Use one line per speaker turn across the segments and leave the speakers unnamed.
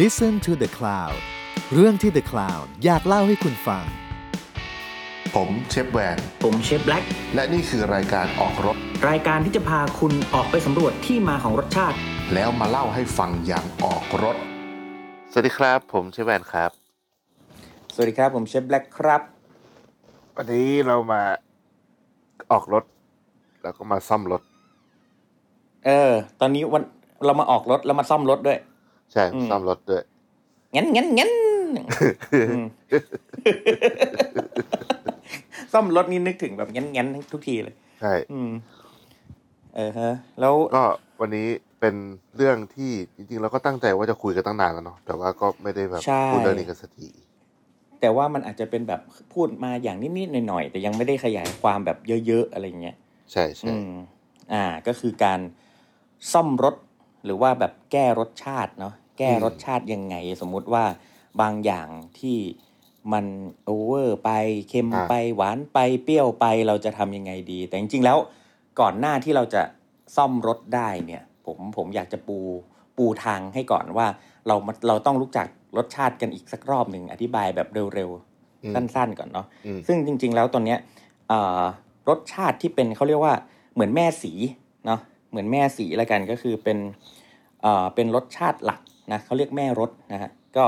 Listen to the Cloud เรื่องที่ The Cloud อยากเล่าให้คุณฟัง
ผมเชฟแวน
ผมเชฟแบล็ก
และนี่คือรายการออกรถ
รายการที่จะพาคุณออกไปสำรวจที่มาของรสชาติ
แล้วมาเล่าให้ฟังอย่างออกรถ
สวัสดีครับ ผมชื่อแวนครับ
สวัสดีครับผมเชฟแบล็กครับ
วันนี้เรามาออกรถ แล้วก็มาซ่อมรถ
เออ ตอนนี้วันเรามาออกรถแล้วมาซ่อมรถด้วย
ใช่
อืม
ซ่อมรถด้วย
งั้นงั้นงั้นอืม ซ่อมรถนี่นึกถึงแบบงั้นงั้นทุกทีเลย
ใช่
อืม เออฮะ แล้ว
ก็วันนี้เป็นเรื่องที่จริงๆ เราก็ตั้งใจว่าจะคุยกันตั้งนานแล้วเนาะแต่ว่าก็ไม่ได้แบบ
ใช่
พูดเรื่องนี้กันสักที
แต่ว่ามันอาจจะเป็นแบบพูดมาอย่างนิดๆหน่อยๆแต่ยังไม่ได้ขยายความแบบเยอะๆอะไรอย่างเงี้ย
ใช่ใช่
อืมอ่าก็คือการซ่อมรถหรือว่าแบบแก้รสชาติเนาะแก้รสชาติยังไง สมมุติว่าบางอย่างที่มันโอเวอร์ไปเค็มไปหวานไปเปรี้ยวไปเราจะทำยังไงดี แต่จริงๆแล้วก่อนหน้าที่เราจะซ่อมรถได้เนี่ย ผมผมอยากจะปูปูทางให้ก่อนว่าเรามาเราต้องรู้จักรสชาติกันอีกสักรอบหนึ่งอธิบายแบบเร็ว
อืม
ๆ สั้นๆก่อนเนาะ
อืม
ซึ่งจริง ๆ แล้วตัวเนี้ยเอ่อรสชาติที่เป็นเขาเรียกว่าเหมือนแม่สีเนาะเหมือนแม่สีละกันก็คือเป็นเอ่อเป็นรสชาติหลักนะเขาเรียกแม่รสนะฮะก็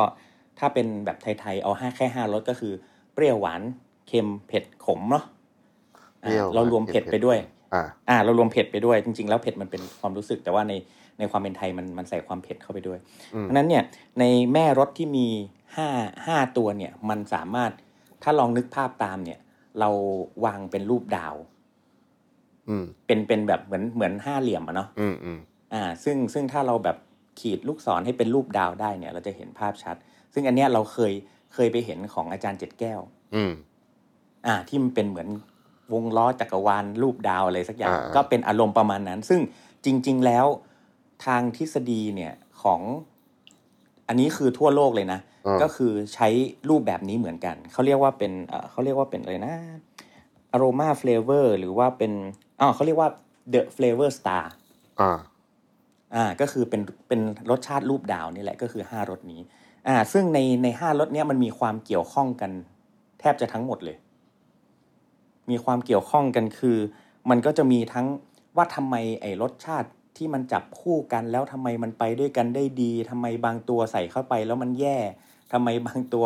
ถ้าเป็นแบบไทยๆเอาห้าแค่ห้ารสก็คือเปรี้ยวหวานเค็มเผ็ดขมเนาะ
เปรี้ยว
อ่ะเรารวมเผ็ดไปด้วย
อ่า
อ่าเรารวมเผ็ดไปด้วยจริง ๆ แล้วเผ็ดมันเป็นความรู้สึกแต่ว่าในในความเป็นไทยมันมันใส่ความเผ็ดเข้าไปด้วย
อืม
เพราะฉะนั้นเนี่ยในแม่รสที่มีห้าห้าตัวเนี่ยมันสามารถถ้าลองนึกภาพตามเนี่ยเราวางเป็นรูปดาว
อืม
เป็นเป็นแบบเหมือนเหมือนห้าเหลี่ยมอะเนาะ
อืมอืม
อ่าซึ่งซึ่งถ้าเราแบบขีดลูกศรให้เป็นรูปดาวได้เนี่ยเราจะเห็นภาพชัด ซึ่งอันเนี้ยเราเคยเคยไปเห็นของอาจารย์เจ็ดแก้ว
อืม
อ่าที่มันเป็นเหมือนวงล้อจักรวาลรูปดาวอะไรสักอย่าง
อ่า
ก็เป็นอารมณ์ประมาณนั้น ซึ่งจริง ๆ แล้วทางทฤษฎีเนี่ยของอันนี้คือทั่วโลกเลยนะ
อ่า
ก็คือใช้รูปแบบนี้เหมือนกัน เขาเรียกว่าเป็นเอ่อเขาเรียกว่าเป็นอะไรนะ aroma flavor หรือว่าเป็นอ๋อเขาเรียกว่า the flavor star
อ่า
อ่าก็คือเป็นเป็นรสชาติรูปดาวนี่แหละก็คือ 5รสนี้อ่าซึ่งในในห้ารสเนี้ยมันมีความเกี่ยวข้องกัน แทบจะทั้งหมดเลย มีความเกี่ยวข้องกันคือ มันก็จะมีทั้งว่าทำไมไอ้รสชาติที่มันจับคู่กัน แล้วทำไมมันไปด้วยกันได้ดีทำไมบางตัวใส่เข้าไปแล้วมันแย่ทำไมบางตัว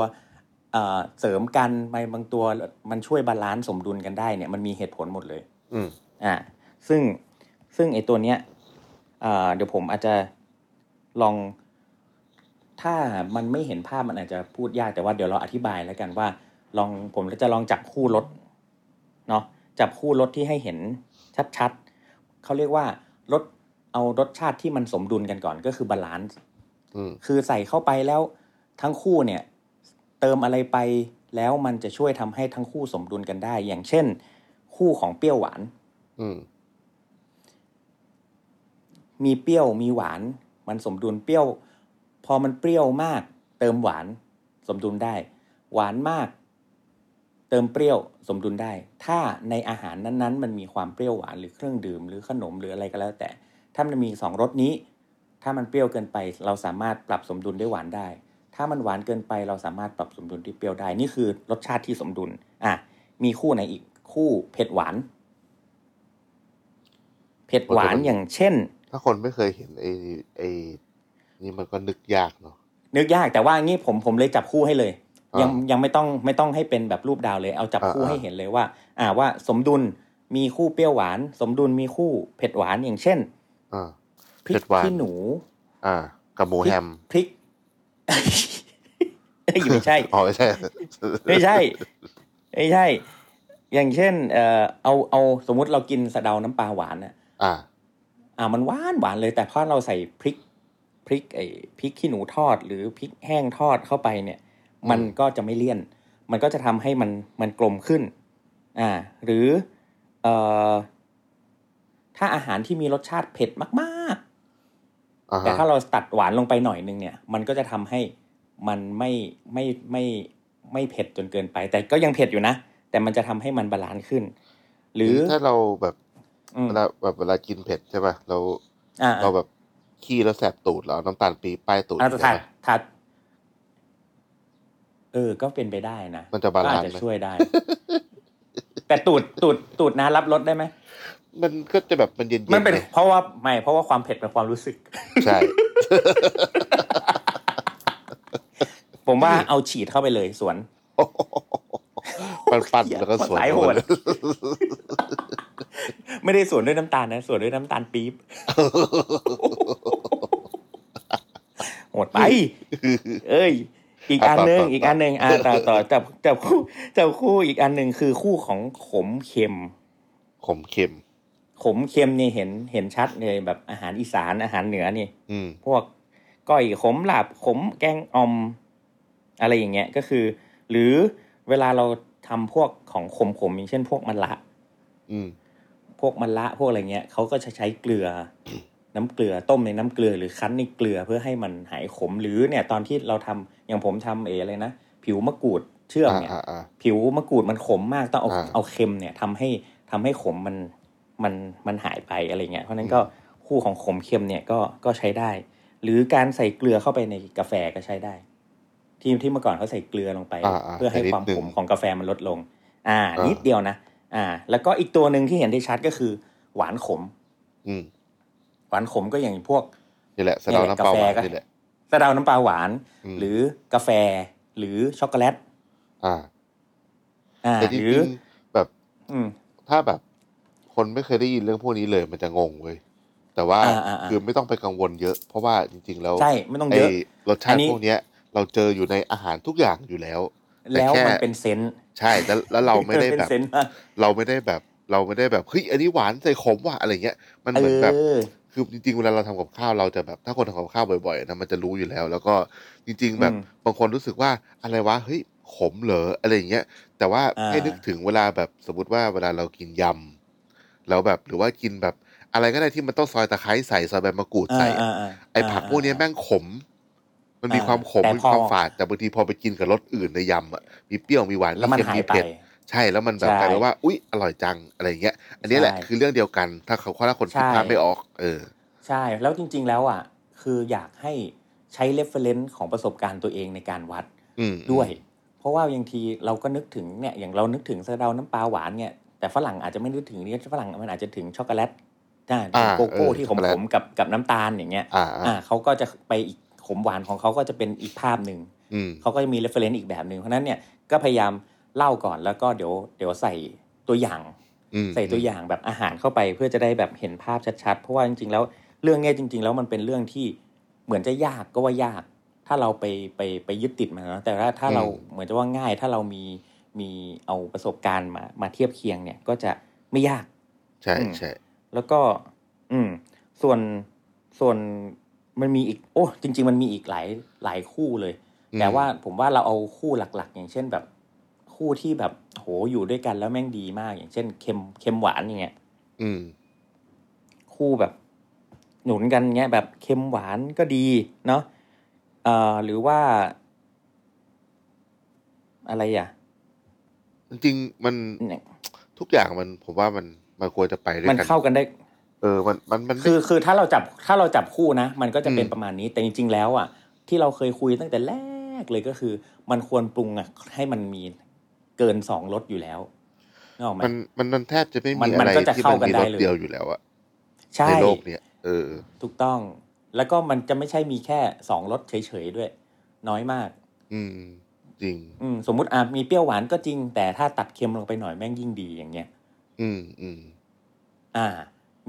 เอ่อเสริมกันทำไมบางตัวมันช่วยบาลานซ์สมดุลกันได้เนี่ยมันมีเหตุผลหมดเลย
อืม
อ่าซึ่งซึ่งไอตัวเนี้ยอ่าเดี๋ยวผมอาจจะลอง ถ้ามันไม่เห็นภาพมันอาจจะพูดยากแต่ว่าเดี๋ยวเราอธิบายแล้วกันว่า ลองผมจะลองจับคู่รถเนาะจับคู่รถที่ให้เห็นชัดๆเขาเรียกว่ารถเอารสชาติที่มันสมดุลกันก่อนก็คือบาลานซ์
อืม
คือใส่เข้าไปแล้วทั้งคู่เนี่ยเติมอะไรไปแล้วมันจะช่วยทำให้ทั้งคู่สมดุลกันได้ อย่างเช่น คู่ของเปรี้ยวหวาน
อืม
มีเปรี้ยวมีหวาน มันสมดุลเปรี้ยว พอมันเปรี้ยวมาก เติมหวานสมดุลได้ หวานมาก เติมเปรี้ยวสมดุลได้ ถ้าในอาหารนั้นๆ มันมีความเปรี้ยวหวานหรือเครื่องดื่มหรือขนมหรืออะไรก็แล้ว แต่ ถ้ามันมีสองรสนี้ ถ้ามันเปรี้ยวเกินไป เราสามารถปรับสมดุลด้วยหวานได้ ถ้ามันหวานเกินไป เราสามารถปรับสมดุลที่เปรี้ยวได้ นี่คือรสชาติที่สมดุล อ่ะ มีคู่ไหนอีกคู่เผ็ดหวาน เผ็ดหวานอย่างเช่น
ถ้าคนไม่เคยเห็นไอ้ไอ้นี่มันก็นึกยากเนาะ
นึกยากแต่ว่างี้ผมผมเลยจับคู่ให้เลย
อ่ายั
ยังยังไม่ต้องไม่ต้องให้เป็นแบบรูปดาวเลย เอาจับคู่
อ่า
ให้เห็นเลยว่า อ่าว่าสมดุลมีคู่เปรี้ยวหวาน สมดุลมีคู่เผ็ดหวานอย่างเช่น
อ่า
พริ
เผ็
ก
ดหวาน
ขี้หนู
อ่ากับหมูแฮม
พริก เอ้ยไม่ใช่
อ๋อไม่ใช่
ไม่ใช่ไม่ใช่ อย่างเช่น เอ่อเอาเอาสมมุติเรากินสะเดาน้ำปลาหวานอ่ะ
อ่า
อ่ามันหวานหวานเลย แต่พอเราใส่พริกพริกไอ้พริกขี้หนูทอด หรือพริกแห้งทอดเข้าไปเนี่ย มัน
อืม
ก็จะไม่เลี่ยน มันก็จะทำให้มันมันกลมขึ้น อ่า หรือเอ่อถ้าอาหารที่มีรสชาติเผ็ดมาก
อ่า
ๆ
ฮะ
แต่ถ้าเราตัดหวานลงไปหน่อยนึงเนี่ย มันก็จะทำให้มันไม่ไม่ไม่ไม่เผ็ดจนเกินไป แต่ก็ยังเผ็ดอยู่นะ แต่มันจะทำให้มันบาลานซ์ขึ้น หรือ
ถ้าเราแบบ
อืม
เวลาแบบเวลากินเผ็ดใช่ป่ะเรา
อ่า
เราแบบ ขี้แล้วแสบตูดแล้วน้ำตาลปี๊บป้ายตูด
อาจจะถัด
ใช่ไหม
ถัด เออ ก็เป็นไปได้นะ
มันจะบาลานซ์
ก็
ไหม
อาจจะช่วยได้ แต่ตูดตูดตูดนะรับรสได้ไหม
มันก็จะแบบมันเย็นๆ
มันเป็น
ไง
เพราะว่าไม่เพราะว่าความเผ็ดเป็นความรู้สึก
ใช่
ผมว่าเอาฉีดเข้าไปเลยสวน
ปันปัน
เหี้ย
แล้วก็สวน
สายโหด
ไปเลย
ไม่ได้สวนด้วยน้ำตาลนะสวนด้วยน้ำตาล ปี๊บโหดไป เอ้ย อีกอันหนึ่งอีกอันหนึ่งอ่าต่อต่อ จับจับคู่จับคู่อีกอันหนึ่งคือคู่ของขมเค็ม
ขมเค็ม
ขมเค็มนี่เห็นเห็นชัดเลยแบบอาหารอีสานอาหารเหนือนี่
อืม
พวกก้อยขมหลาบขมแกงอ่อม อะไรอย่างเงี้ยก็คือ หรือเวลาเราทำพวกของขมขมอย่างเช่น พวกมันละ
อืม
พวกมันละพวกอะไรเงี้ยเขาก็จะใช้เกลือ น้ำเกลือต้มในน้ำเกลือหรือคั้นในเกลือเพื่อให้มันหายขมหรือเนี่ย ตอนที่เราทำอย่างผมทำเออะไรนะผิวมะกรูดเชื่อม
อ่า
เนี่ย
อ่าอ่า
ผิวมะกรูดมันขมมากต้องเอา
อ่า
เอาเค็มเนี่ยทำให้ทำให้ขมมันมันมันหายไปอะไรเงี้ยเพราะฉะนั้นก็คู่ของขมเค็มเนี่ยก็ก็ใช้ได้ หรือการใส่เกลือเข้าไปในกาแฟก็ใช้ได้ ที่ที่เมื่อก่อนเขาใส่เกลือลงไป
อ่าอ่า
เพื่อให้
ใส่นิด
ความ
นึง
ขมของกาแฟมันลดลง อ่า
อ่านิ
นิดเดียวนะอ่า แล้วก็อีกตัวหนึ่งที่เห็นได้ชัดก็คือ หวานขม
อืม
หวานขมก็อย่างพวก
นี่แหละสะเดาน้ำเปล่าหวานนี่แหละ
สะเดาน้ำปลาหวาน
อืม
หรือกาแฟหรือช็อกโกแลต
อ่า
อ่า
แต่จ
ห
ริ
รือง
ๆแบบ
อืม
ถ้าแบบ คนไม่เคยได้ยินเรื่องพวกนี้เลยมันจะงงเว้ยแต่ว่า
อ่าอ่าอ่า
คือไม่ต้องไปกังวลเยอะ เพราะว่าจริง ๆ แล้ว
ใช่ไม่ต้อง
ไอ้
เยอะ
รสชา
อัน
ติ
นี้
พวกเนี้ย เราเจออยู่ในอาหารทุกอย่างอยู่แล้ว แต่
แล้ว
แค่
มันเป็นเซนส์
ใช่แล้วแล้วเราไม่ได้
เป็น
แบบ
เซนส์มาก
เราไม่ได้แบบ เราไม่ได้แบบเฮ้ยอันนี้หวานใส่ขมว่ะอะไรเงี้ย มันเหมือนแบบ
เออ
คือจริงๆเวลาเราทำกับข้าวเราจะแบบถ้าคนทำกับข้าวบ่อยๆนะมันจะรู้อยู่แล้ว แล้วก็จริง ๆ แบบ
อืม
บางคนรู้สึกว่าอะไรวะเฮ้ยขมเหรออะไรอย่างเงี้ยแต่ว่า
อ่า
ให้นึกถึงเวลาแบบสมมติว่าเวลาเรากินยำแล้วแบบหรือว่ากินแบบอะไรก็ได้ที่มันต้องซอยตะไคร้ใส่ซอยใบมะกรูดใส่อะ
อ่าาา
ไอผักพวกเนี้ยแม่งขม มันมีความขม
แต่
มี
พอ
ความฝาดแต่บางทีพอไปกินกับรสอื่นในยำอะมีเปรี้ยวมีหวาน
แล้วมัน
เค็
หาย
มี
ไป
เผ็ด ใช่แล้วมันแบบ
ใช่
กลายเป็นว่า อุ๊ย อร่อยจังอะไรอย่างเงี้ย อันนี้แหละ
ใช่
คือเรื่องเดียวกัน ถ้าเขาถ้าคนคิด
ใช่
ภาพไม่ออก เออ
ใช่ แล้วจริง ๆ แล้วอ่ะ คืออยากให้ใช้เรฟเฟรนซ์ของประสบการณ์ตัวเองในการวัด
อืม
ด้วย เพราะว่าบางทีเราก็นึกถึงเนี่ย อย่างเรานึกถึงสะเดาน้ำปลาหวานเนี่ย แต่ฝรั่งอาจจะไม่นึกถึงเนี่ยฝรั่งมันอาจจะถึงช็อกโกแลตได้ถึงโกโก้
อ่าเออ
ที่
ช็
ข
อกโกแลต
มๆกับกับน้ำตาลอย่างเงี้ย
อ่า
อ่าเขาก็จะไปอีกขมหวานของเขาก็จะเป็นอีกภาพหนึ่ง
อืม
เขาก็จะมี reference อีกแบบหนึ่งเพราะฉะนั้นเนี่ยก็พยายามเล่าก่อนแล้วก็เดี๋ยวเดี๋ยวใส่ตัวอย่าง
อืม
ใส่ตัวอย่างแบบอาหารเข้าไปเพื่อจะได้แบบเห็นภาพชัดๆ เพราะว่าจริงๆแล้วเรื่องเนี้ยจริง ๆ แล้วมันเป็นเรื่องที่เหมือนจะยากก็ว่ายาก ถ้าเราไปไปไปยึดติดมันนะแต่ว่าถ้าเรา
อืม
เหมือนจะว่าง่าย ถ้าเรามีมีเอาประสบการณ์มามาเทียบเคียงเนี่ยก็จะไม่ยาก
ใช่
อืม
ใช่
แล้วก็ อืม ส่วนส่วนมันมีอีก โอ้จริง ๆ มันมีอีกหลายหลายคู่เลย
อืม
แต่ว่าผมว่าเราเอาคู่หลักๆ อย่างเช่นแบบ คู่ที่แบบโหอยู่ด้วยกันแล้วแม่งดีมาก อย่างเช่นเค็มเค็มหวานอย่างเงี้ย
อืม
คู่แบบ หนุนกันเงี้ยแบบเค็มหวานก็ดีเนาะเอ่อหรือว่า อะไรอ่ะ
จริงๆมันทุกอย่างมันผมว่ามันมันควรจะไปด้วย
มัน
กัน
เข้ากันได้
เออ มันมันมัน
คือคือถ้าเราจับถ้าเราจับคู่นะ มันก็จะเป็น
อืม
ประมาณนี้แต่จริงๆแล้วอ่ะที่เราเคยคุยตั้งแต่แรกเลยก็คือ มันควรปรุงอ่ะให้มันมีเกินสองรสอยู่แล้วนึกออกไหม
มันมันมันแทบจะไม่
มั
มี
น
อะ
มัน
ไร
ก็จะ
ที่
เข้า
มัน
กัน
มี
ได้
รส
เลย
เดียวอยู่แล้วอะ
ใช่
ในโลกเนี้ยเออ
ถูกต้อง แล้วก็มันจะไม่ใช่มีแค่สองรสเฉยๆด้วย น้อยมาก
อืม จริง
อืมสมมุติอ่ะมีเปรี้ยวหวานก็จริง แต่ถ้าตัดเค็มลงไปหน่อยแม่งยิ่งดีอย่างเงี้ย
อืมอืม
อ่า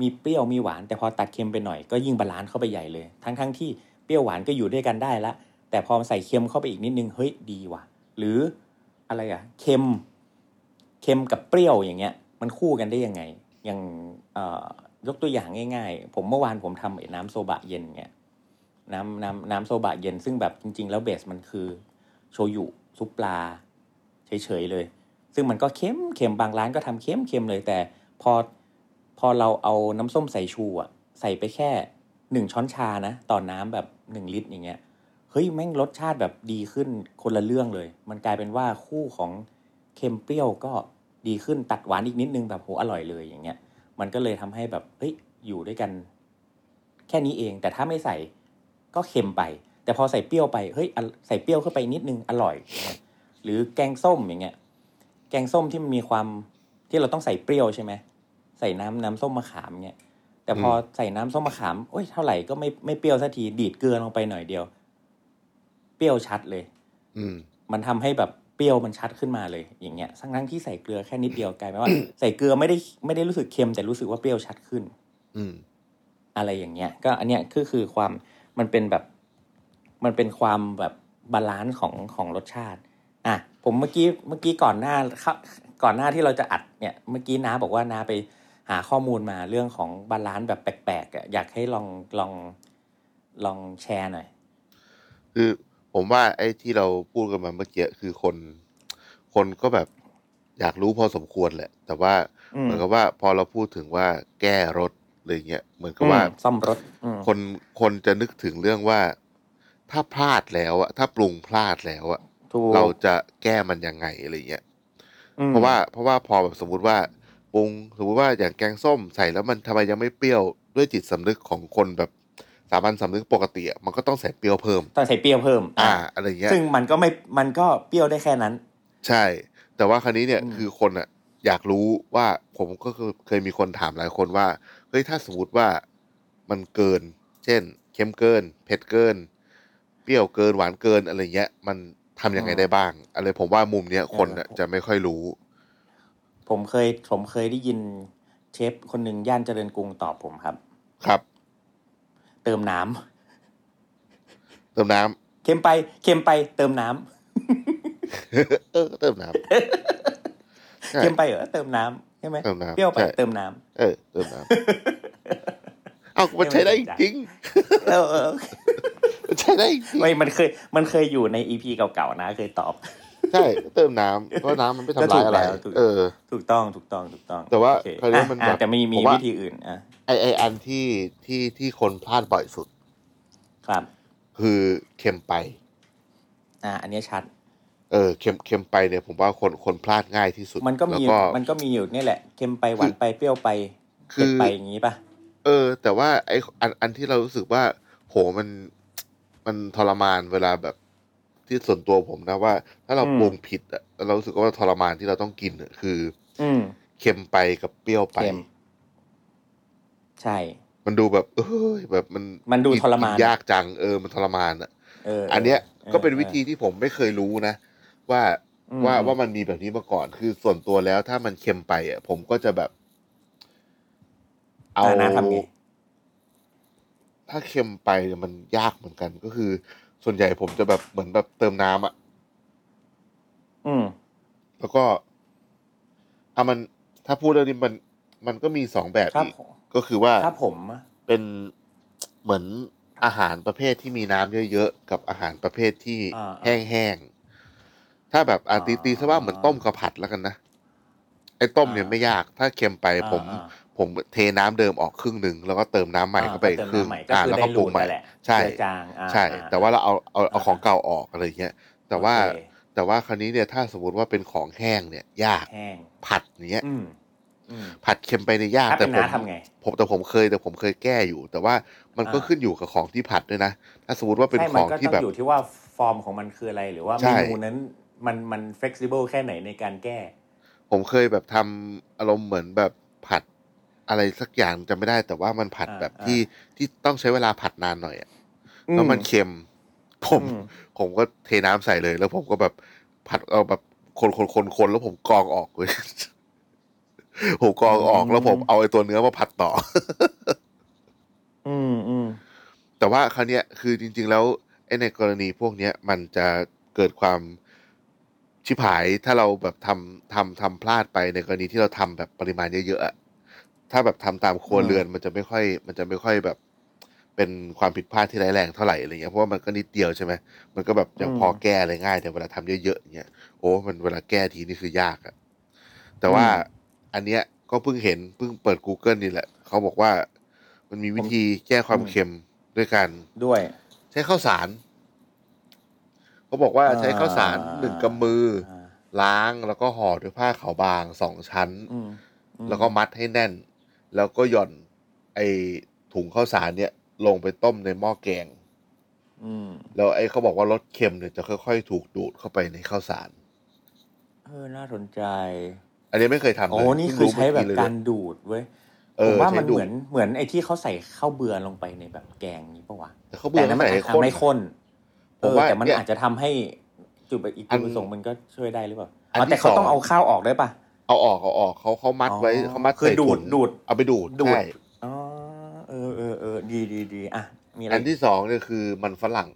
มีเปรี้ยวมีหวานแต่พอตัดเค็มไปหน่อยก็ยิ่งบาลานซ์เข้าไปใหญ่เลย ทั้งทั้งที่เปรี้ยวหวานก็อยู่ด้วยกันได้ละแต่พอใส่เค็มเข้าไปอีกนิดนึงเฮ้ยดีว่ะ หรืออะไรอ่ะเค็มเค็มกับเปรี้ยวอย่างเงี้ย มันคู่กันได้ยังไง อย่างเอ่อยกตัวอย่างง่าย ๆ ผมเมื่อวานผมทำไอ้น้ำโซบะเย็นเงี้ยน้ำน้ำน้ำโซบะเย็นซึ่งแบบจริง ๆ แล้วเบสมันคือ โชยุซุปปลาเฉยๆเลย ซึ่งมันก็เค็มเค็มบางร้านก็ทำเค็มเค็มเลยแต่พอพอเราเอาน้ำส้มสายชูอะใส่ไปแค่หนึ่งช้อนชานะต่อน้ำแบบหนึ่งลิตรอย่างเงี้ยเฮ้ยแม่งรสชาติแบบดีขึ้นคนละเรื่องเลย มันกลายเป็นว่าคู่ของเค็มเปรี้ยวก็ดีขึ้นตัดหวานอีกนิดนึงแบบโหอร่อยเลยอย่างเงี้ย มันก็เลยทำให้แบบเฮ้ยอยู่ด้วยกัน แค่นี้เอง แต่ถ้าไม่ใส่ก็เค็มไป แต่พอใส่เปรี้ยวไปเฮ้ยอันใส่เปรี้ยวเข้าไปนิดนึงอร่อย หรือแกงส้มอย่างเงี้ย แกงส้มที่มันมีความที่เราต้องใส่เปรี้ยวใช่ไหมใส่น้ำน้ำส้มมะขามเงี้ยแต่พอใส่น้ำส้มมะขามโอ้ยเท่าไหร่ก็ไม่ไม่เปรี้ยวสักทีดีดเกลือลงไปหน่อยเดียว เปรี้ยวชัดเลย
อืม
มันทำให้แบบเปรี้ยวมันชัดขึ้นมาเลยอย่างเงี้ยทั้งทั้งที่ใส่เกลือแค่นิดเดียวกลายเป็น ว่า ใส่เกลือไม่ได้ไม่ได้รู้สึกเค็มแต่รู้สึกว่าเปรี้ยวชัดขึ้น
อืม
อะไรอย่างเงี้ย ก็อันเนี้ยก็คือความมันเป็นแบบมันเป็นความแบบบาลานซ์ของของรสชาติ อ่ะผมเมื่อกี้เมื่อกี้ก่อนหน้าเข้าก่อนหน้าที่เราจะอัดเนี่ยเมื่อกี้น้าบอกว่าน้าไปหาข้อมูลมาเรื่องของบาลานซ์แบบแปลกๆอ่ะอยากให้ลองลองลองแชร์หน่อย
คือผมว่าไอ้ที่เราพูดกันมาเมื่อกี้คือคน คนก็แบบอยากรู้พอสมควรแหละ แต่ว่า
อืม
เหมือนกับว่าพอเราพูดถึงว่าแก้รถอะไรเงี้ยเหมือนกับว่า
อืมซ่อมรถอืม
คนคนจะนึกถึงเรื่องว่า ถ้าพลาดแล้วอะถ้าปรุงพลาดแล้วอะ
ถูก
เราจะแก้มันยังไงอะไรเงี้ย
อืม
เพราะว่าเพราะว่าพอแบบสมมุติว่าปรุงสมมติว่าอย่างแกงส้มใส่แล้วมันทำไมยังไม่เปรี้ยวด้วยจิตสำนึกของคนแบบสามัญสำนึกปกติอะมันก็ต้องใส่เปรี้ยวเพิ่ม
ต้องใส่เปรี้ยวเพิ่ม
อ่าอะไรเงี้ย
ซึ่งมันก็ไม่มันก็เปรี้ยวได้แค่นั้น
ใช่ แต่ว่าครั้นี้เนี่ย
อืม
คือคนอะอยากรู้ว่าผมก็คือเคยมีคนถามหลายคนว่าเฮ้ยถ้าสมมติว่ามันเกิน เช่น เค็มเกิน เผ็ดเกิน เปรี้ยวเกินหวานเกินอะไรเงี้ย มันทำยังไงได้บ้าง อะไรผมว่ามุมเนี้ยคนอะจะไม่ค่อยรู้
ผมเคยผมเคยได้ยินเชฟคนหนึ่งย่านเจริญกรุงตอบผมครับ
ครับ
เติมน้ำ
เติมน้ำ
เค็มไปเค็มไปเติมน้ำ
เออเติมน้ำใช่
เค็มไปเหรอเติมน้ำใช่ไหม
เติมน้ำ
เปรี้ยวไป
ใช่
เติมน้ำ
เออเติมน้ ำเอามันใช้ได้จริง
เออเออ
ๆมันใช้ได้จริง
ไม่มันเคยมันเคยอยู่ในอีพีเก่าๆนะ เคยตอบ
ใช่เติมน้ำเพราะน้ำมันไม่ทำลายอะไร
ก็ถูกแล้วถูก
เออ
ถูกต้องถูกต้องถูกต้อง
แต่ว่า
โอเค
คราวนี้มัน
อ่ะ
แบบ
อ่ะแต่มีมี
ผมว่า
วิธีอื่นอ่ะ
ไอไออันที่ที่ที่คนพลาดบ่อยสุด
ครับ
คือเค็มไป
อ่ะอันเนี้ยชัด
เออเค็มเค็มไปเนี่ยผมว่าคนคนพลาดง่ายที่สุด
มันก็มี
แล้วก็
มันก็มีอยู่เนี่ยแหละเค็มไปหวานไปเปรี้ยวไป
คื
เผ็
อ
ดไปอย่างนี้ป่ะ
เออ แต่ว่าไออันอันที่เรารู้สึกว่า โหมันมันทรมานเวลาแบบที่ส่วนตัวผมนะว่า ถ้าเราปรุงผิดอะแล้วเรารู้สึกว่าทรมานที่เราต้องกินอะคือ
อืม
เค็มไปกับเปรี้ยวไป
เค็มใช่
มันดูแบบเอ้ยแบบมัน
มันดู
กิ
ทรมาน
กิยากจังเออมันทรมานอะ
เอออั
อันเนี้ยก็เป็นวิธีที่ผมไม่เคยรู้นะ ว่า
อืม
ว่าว่ามันมีแบบนี้มาก่อนคือส่วนตัวแล้วถ้ามันเค็มไปอ่ะ ผมก็จะแบบ เอา
เอานะทำไง
ถ้าเค็มไปเนี่ยมันยากเหมือนกัน ก็คือ ส่วนใหญ่ผมจะแบบเหมือนแบบเติมน้ำอ่ะ
อืม
แล้วก็อ่ะมันถ้าพูดเรื่องนี้มันมันก็มีสองแบบ
ครับ
อีก
ผม
ก็คือว่า
ถ้าผมอะ
เป็นเหมือนอาหารประเภทที่มีน้ำเยอะๆ กับอาหารประเภทที่
า
แห้งๆ ถ้าแบบอา
อ่า
ตีตีซะว่าเหมือนต้มกับผัดแล้วกันนะ ไอ้ต้มเนี่ย
อ่า
ไม่ยาก ถ้าเค็มไป
อ่า
ผม
อ่า
ผมเทน้ำเดิมออกครึ่งหนึ่งแล้วก็เติมน้ำใหม่เข้าไป
อ่ก็ติม
ครึ่ง
น้ำใหม่ก็คือ
อ่าแล้ว
ได้
ก็ปรุ
รู
ง
ด
ใหม่
นั่นแหละ
ใช่
เจือจางอ่า
ใช่
อ่
แต่ว่าเราเอาเอาเอา
อ่า
ของเก่าออกอะไรเงี้ย แต่ว่า
โอเค
แต่ว่าคราวนี้เนี่ยถ้าสมมติว่าเป็นของแห้งเนี่ย ยาก
แห้ง
ผัดเนี้ย
อืมอืม
ผัดเค็มไปในยยาก
ถ้า
แต่
เป็น
ผม
น้าทำไง
ผมแต่ผมเคยแต่ผมเคยแก้อยู่ แต่ว่ามันก็
อ่า
ขึ้นอยู่กับของที่ผัดด้วยนะ ถ้าสมมติว่าเป็น
ใช่
ข
มั
อง
ก็
ที่
ต้อง
แบบ
อยู่ที่ว่าฟอร์มของมันคืออะไรหรือว่า
ใช่
เมนูนั้นมันมัน flexible แค่ไหนในการแก้
ผมเคยแบบทำอารมณ์เหมือนแบบผัดอะไรสักอย่างจำไม่ได้ แต่ว่ามันผัด
อ่า
แบบ
อ่า
ที่ที่ต้องใช้เวลาผัดนานหน่อยอะแล้วมันเค็ม ผม
อืม
ผมก็เทน้ำใส่เลย แล้วผมก็แบบผัดเอาแบบคนคนคนคนแล้วผมกรองออกเลย ผมกรองออกแล้วผมเอาไอ้ตัวเนื้อมาผัดต่อ
อืมอืม
แต่ว่าคราวเนี้ยคือจริง ๆ แล้วไอ้ในกรณีพวกเนี้ยมันจะเกิดความชิบหายถ้าเราแบบทำทำทำพลาดไปในกรณีที่เราทำแบบปริมาณเยอะๆอะถ้าแบบทำตามครัวเรือนมันจะไม่ค่อย มันจะไม่ค่อยแบบ เป็นความผิดพลาดที่ร้ายแรงเท่าไหร่อะไรเงี้ยเพราะว่ามันก็นิดเดียวใช่ไหมมันก็แบบยังพอแก้อะไรง่ายแต่เวลาทำเยอะๆเงี้ยโอ้มันเวลาแก้ทีนี่คือยากอะแต่ว่าอันเนี้ยก็เพิ่งเห็นเพิ่งเปิด Google นี่แหละเขาบอกว่า มันมีวิธีแก้ความเค็มด้วยการ
ด้วย
ใช้ข้าวสารเขาบอกว่า
อ่า
ใช้ข้าวสารหนึ่งกำมือ
อ่า
ล้างแล้วก็ห่อด้วยผ้าขาวบางสองชั้น
อืมอืม
แล้วก็มัดให้แน่น แล้วก็หย่อนไอถุงข้าวสารเนี่ย ลงไปต้มในหม้อแกง
อืม
แล้วไอ้เขาบอกว่ารสเค็มเนี่ยจะค่อยๆ ถูกดูดเข้าไปในข้าวสาร
เออน่าสนใจ
อันนี้ไม่เคยทำเลย
โอ้นี่คือใช้แบบ
เพิ่ง
การ
เมื่อเลย
ดูดเว้ย
เอ
ผ
อ
มว่า
ใช้
มัน
ดู
เหมื
ด
อนเหมือนไอ้ที่เขาใส่ข้าวเบื่อลงไปในแบบแกงนี้ปะวะ
แต่เขาเบื่
แต่
อ
นั้นมัน
ไ
อาจจะไม่
ข้
ข้นเอ
ผม
อ
ว่า
แต่มัน
เนี่ย
อาจจะทำให้จุดอีก
อั
จุ
น
ดประสงค์มันก็ช่วยได้หรือเปล่า
อัน
อ๋อแต่
ที่
เขา
สอง
ต้องเอาข้าวออกด้วยปะ
เอาออกเอาออกเขาเขามัดไว้
อ๋อ
เขามัด
คือ
ใส่
ดูด
ถุง
ดูด
เอาไปดูด
ดูด
ใช่
อ๋อเออเออเออดีดีดีอ่ะมีอะไร
อันที่สองเนี่ยคือมันฝรั่ง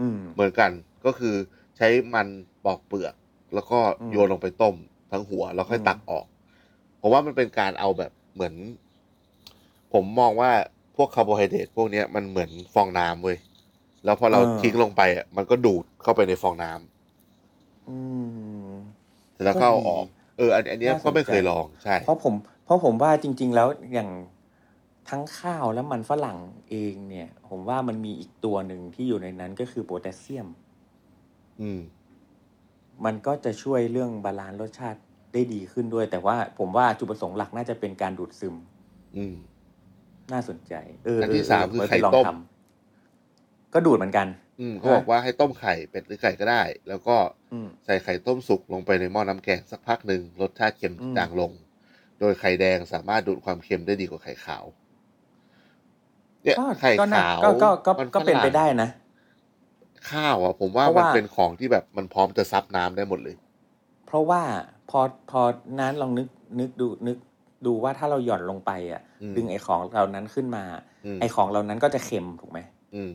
อืม
เหมือนกันก็คือใช้มันปอกเปลือก แล้วก็
อืม
โยนลงไปต้มทั้งหัวแล้วค่อย
อืม
ตักออกผมว่ามันเป็นการเอาแบบเหมือน ผมมองว่าพวกคาร์โบไฮเดรตพวกเนี้ยมันเหมือนฟองน้ำเว้ยแล้วพอเราทิ้งลงไปอ่ะมันก็ดูดเข้าไปในฟองน้ำ
อืม
แล้วก็เอาออก
ก็ดี
เออ อันอันเนี้ย
น่าสนใจ
ก็ไม่เคยลองใช่
เพราะผมเพราะผมว่าจริง ๆ แล้วอย่างทั้งข้าวและมันฝรั่งเองเนี่ย ผมว่ามันมีอีกตัวหนึ่งที่อยู่ในนั้นก็คือโพแทสเซียม
อืม
มันก็จะช่วยเรื่องบาลานซ์รสชาติได้ดีขึ้นด้วย แต่ว่าผมว่าจุดประสงค์หลักน่าจะเป็นการดูดซึม
อืม
น่าสนใจ เออ
อันที่
เเ
สามคือ
เว้ย
ไข่
ปลง
ต้ม
ทำก็ดูดเหมือนกัน
อืมเขาบอกว่าให้ต้มไข่เป็ดหรือไก่ก็ได้ แล้วก็
อืม
ใส่ไข่ต้มสุกลงไปในหม้อน้ำแกงสักพักหนึ่งรสชาติเค็ม
อืม
จางลง โดยไข่แดงสามารถดูดความเค็มได้ดีกว่าไข่ขาว เนี่ย
ก็
ไข่
ก็น่
ขาว
ก็ก็ก็
มันฝรั่ง
ก็เป็นไปได้นะ
ข้าวอ่ะผมว่า
เพราะ
มัน
ว่า
เป็นของที่แบบมันพร้อมจะซับน้ำได้หมดเลย
เพราะว่าพอพอนั้นลองนึกนึกดูนึกดูว่าถ้าเราหย่อนลงไปอ่ะ
อืม
ดึงไอ้ของเหล่านั้นขึ้นมา
อืม
ไอ้ของเหล่านั้นก็จะเค็มถูกไหม
อืม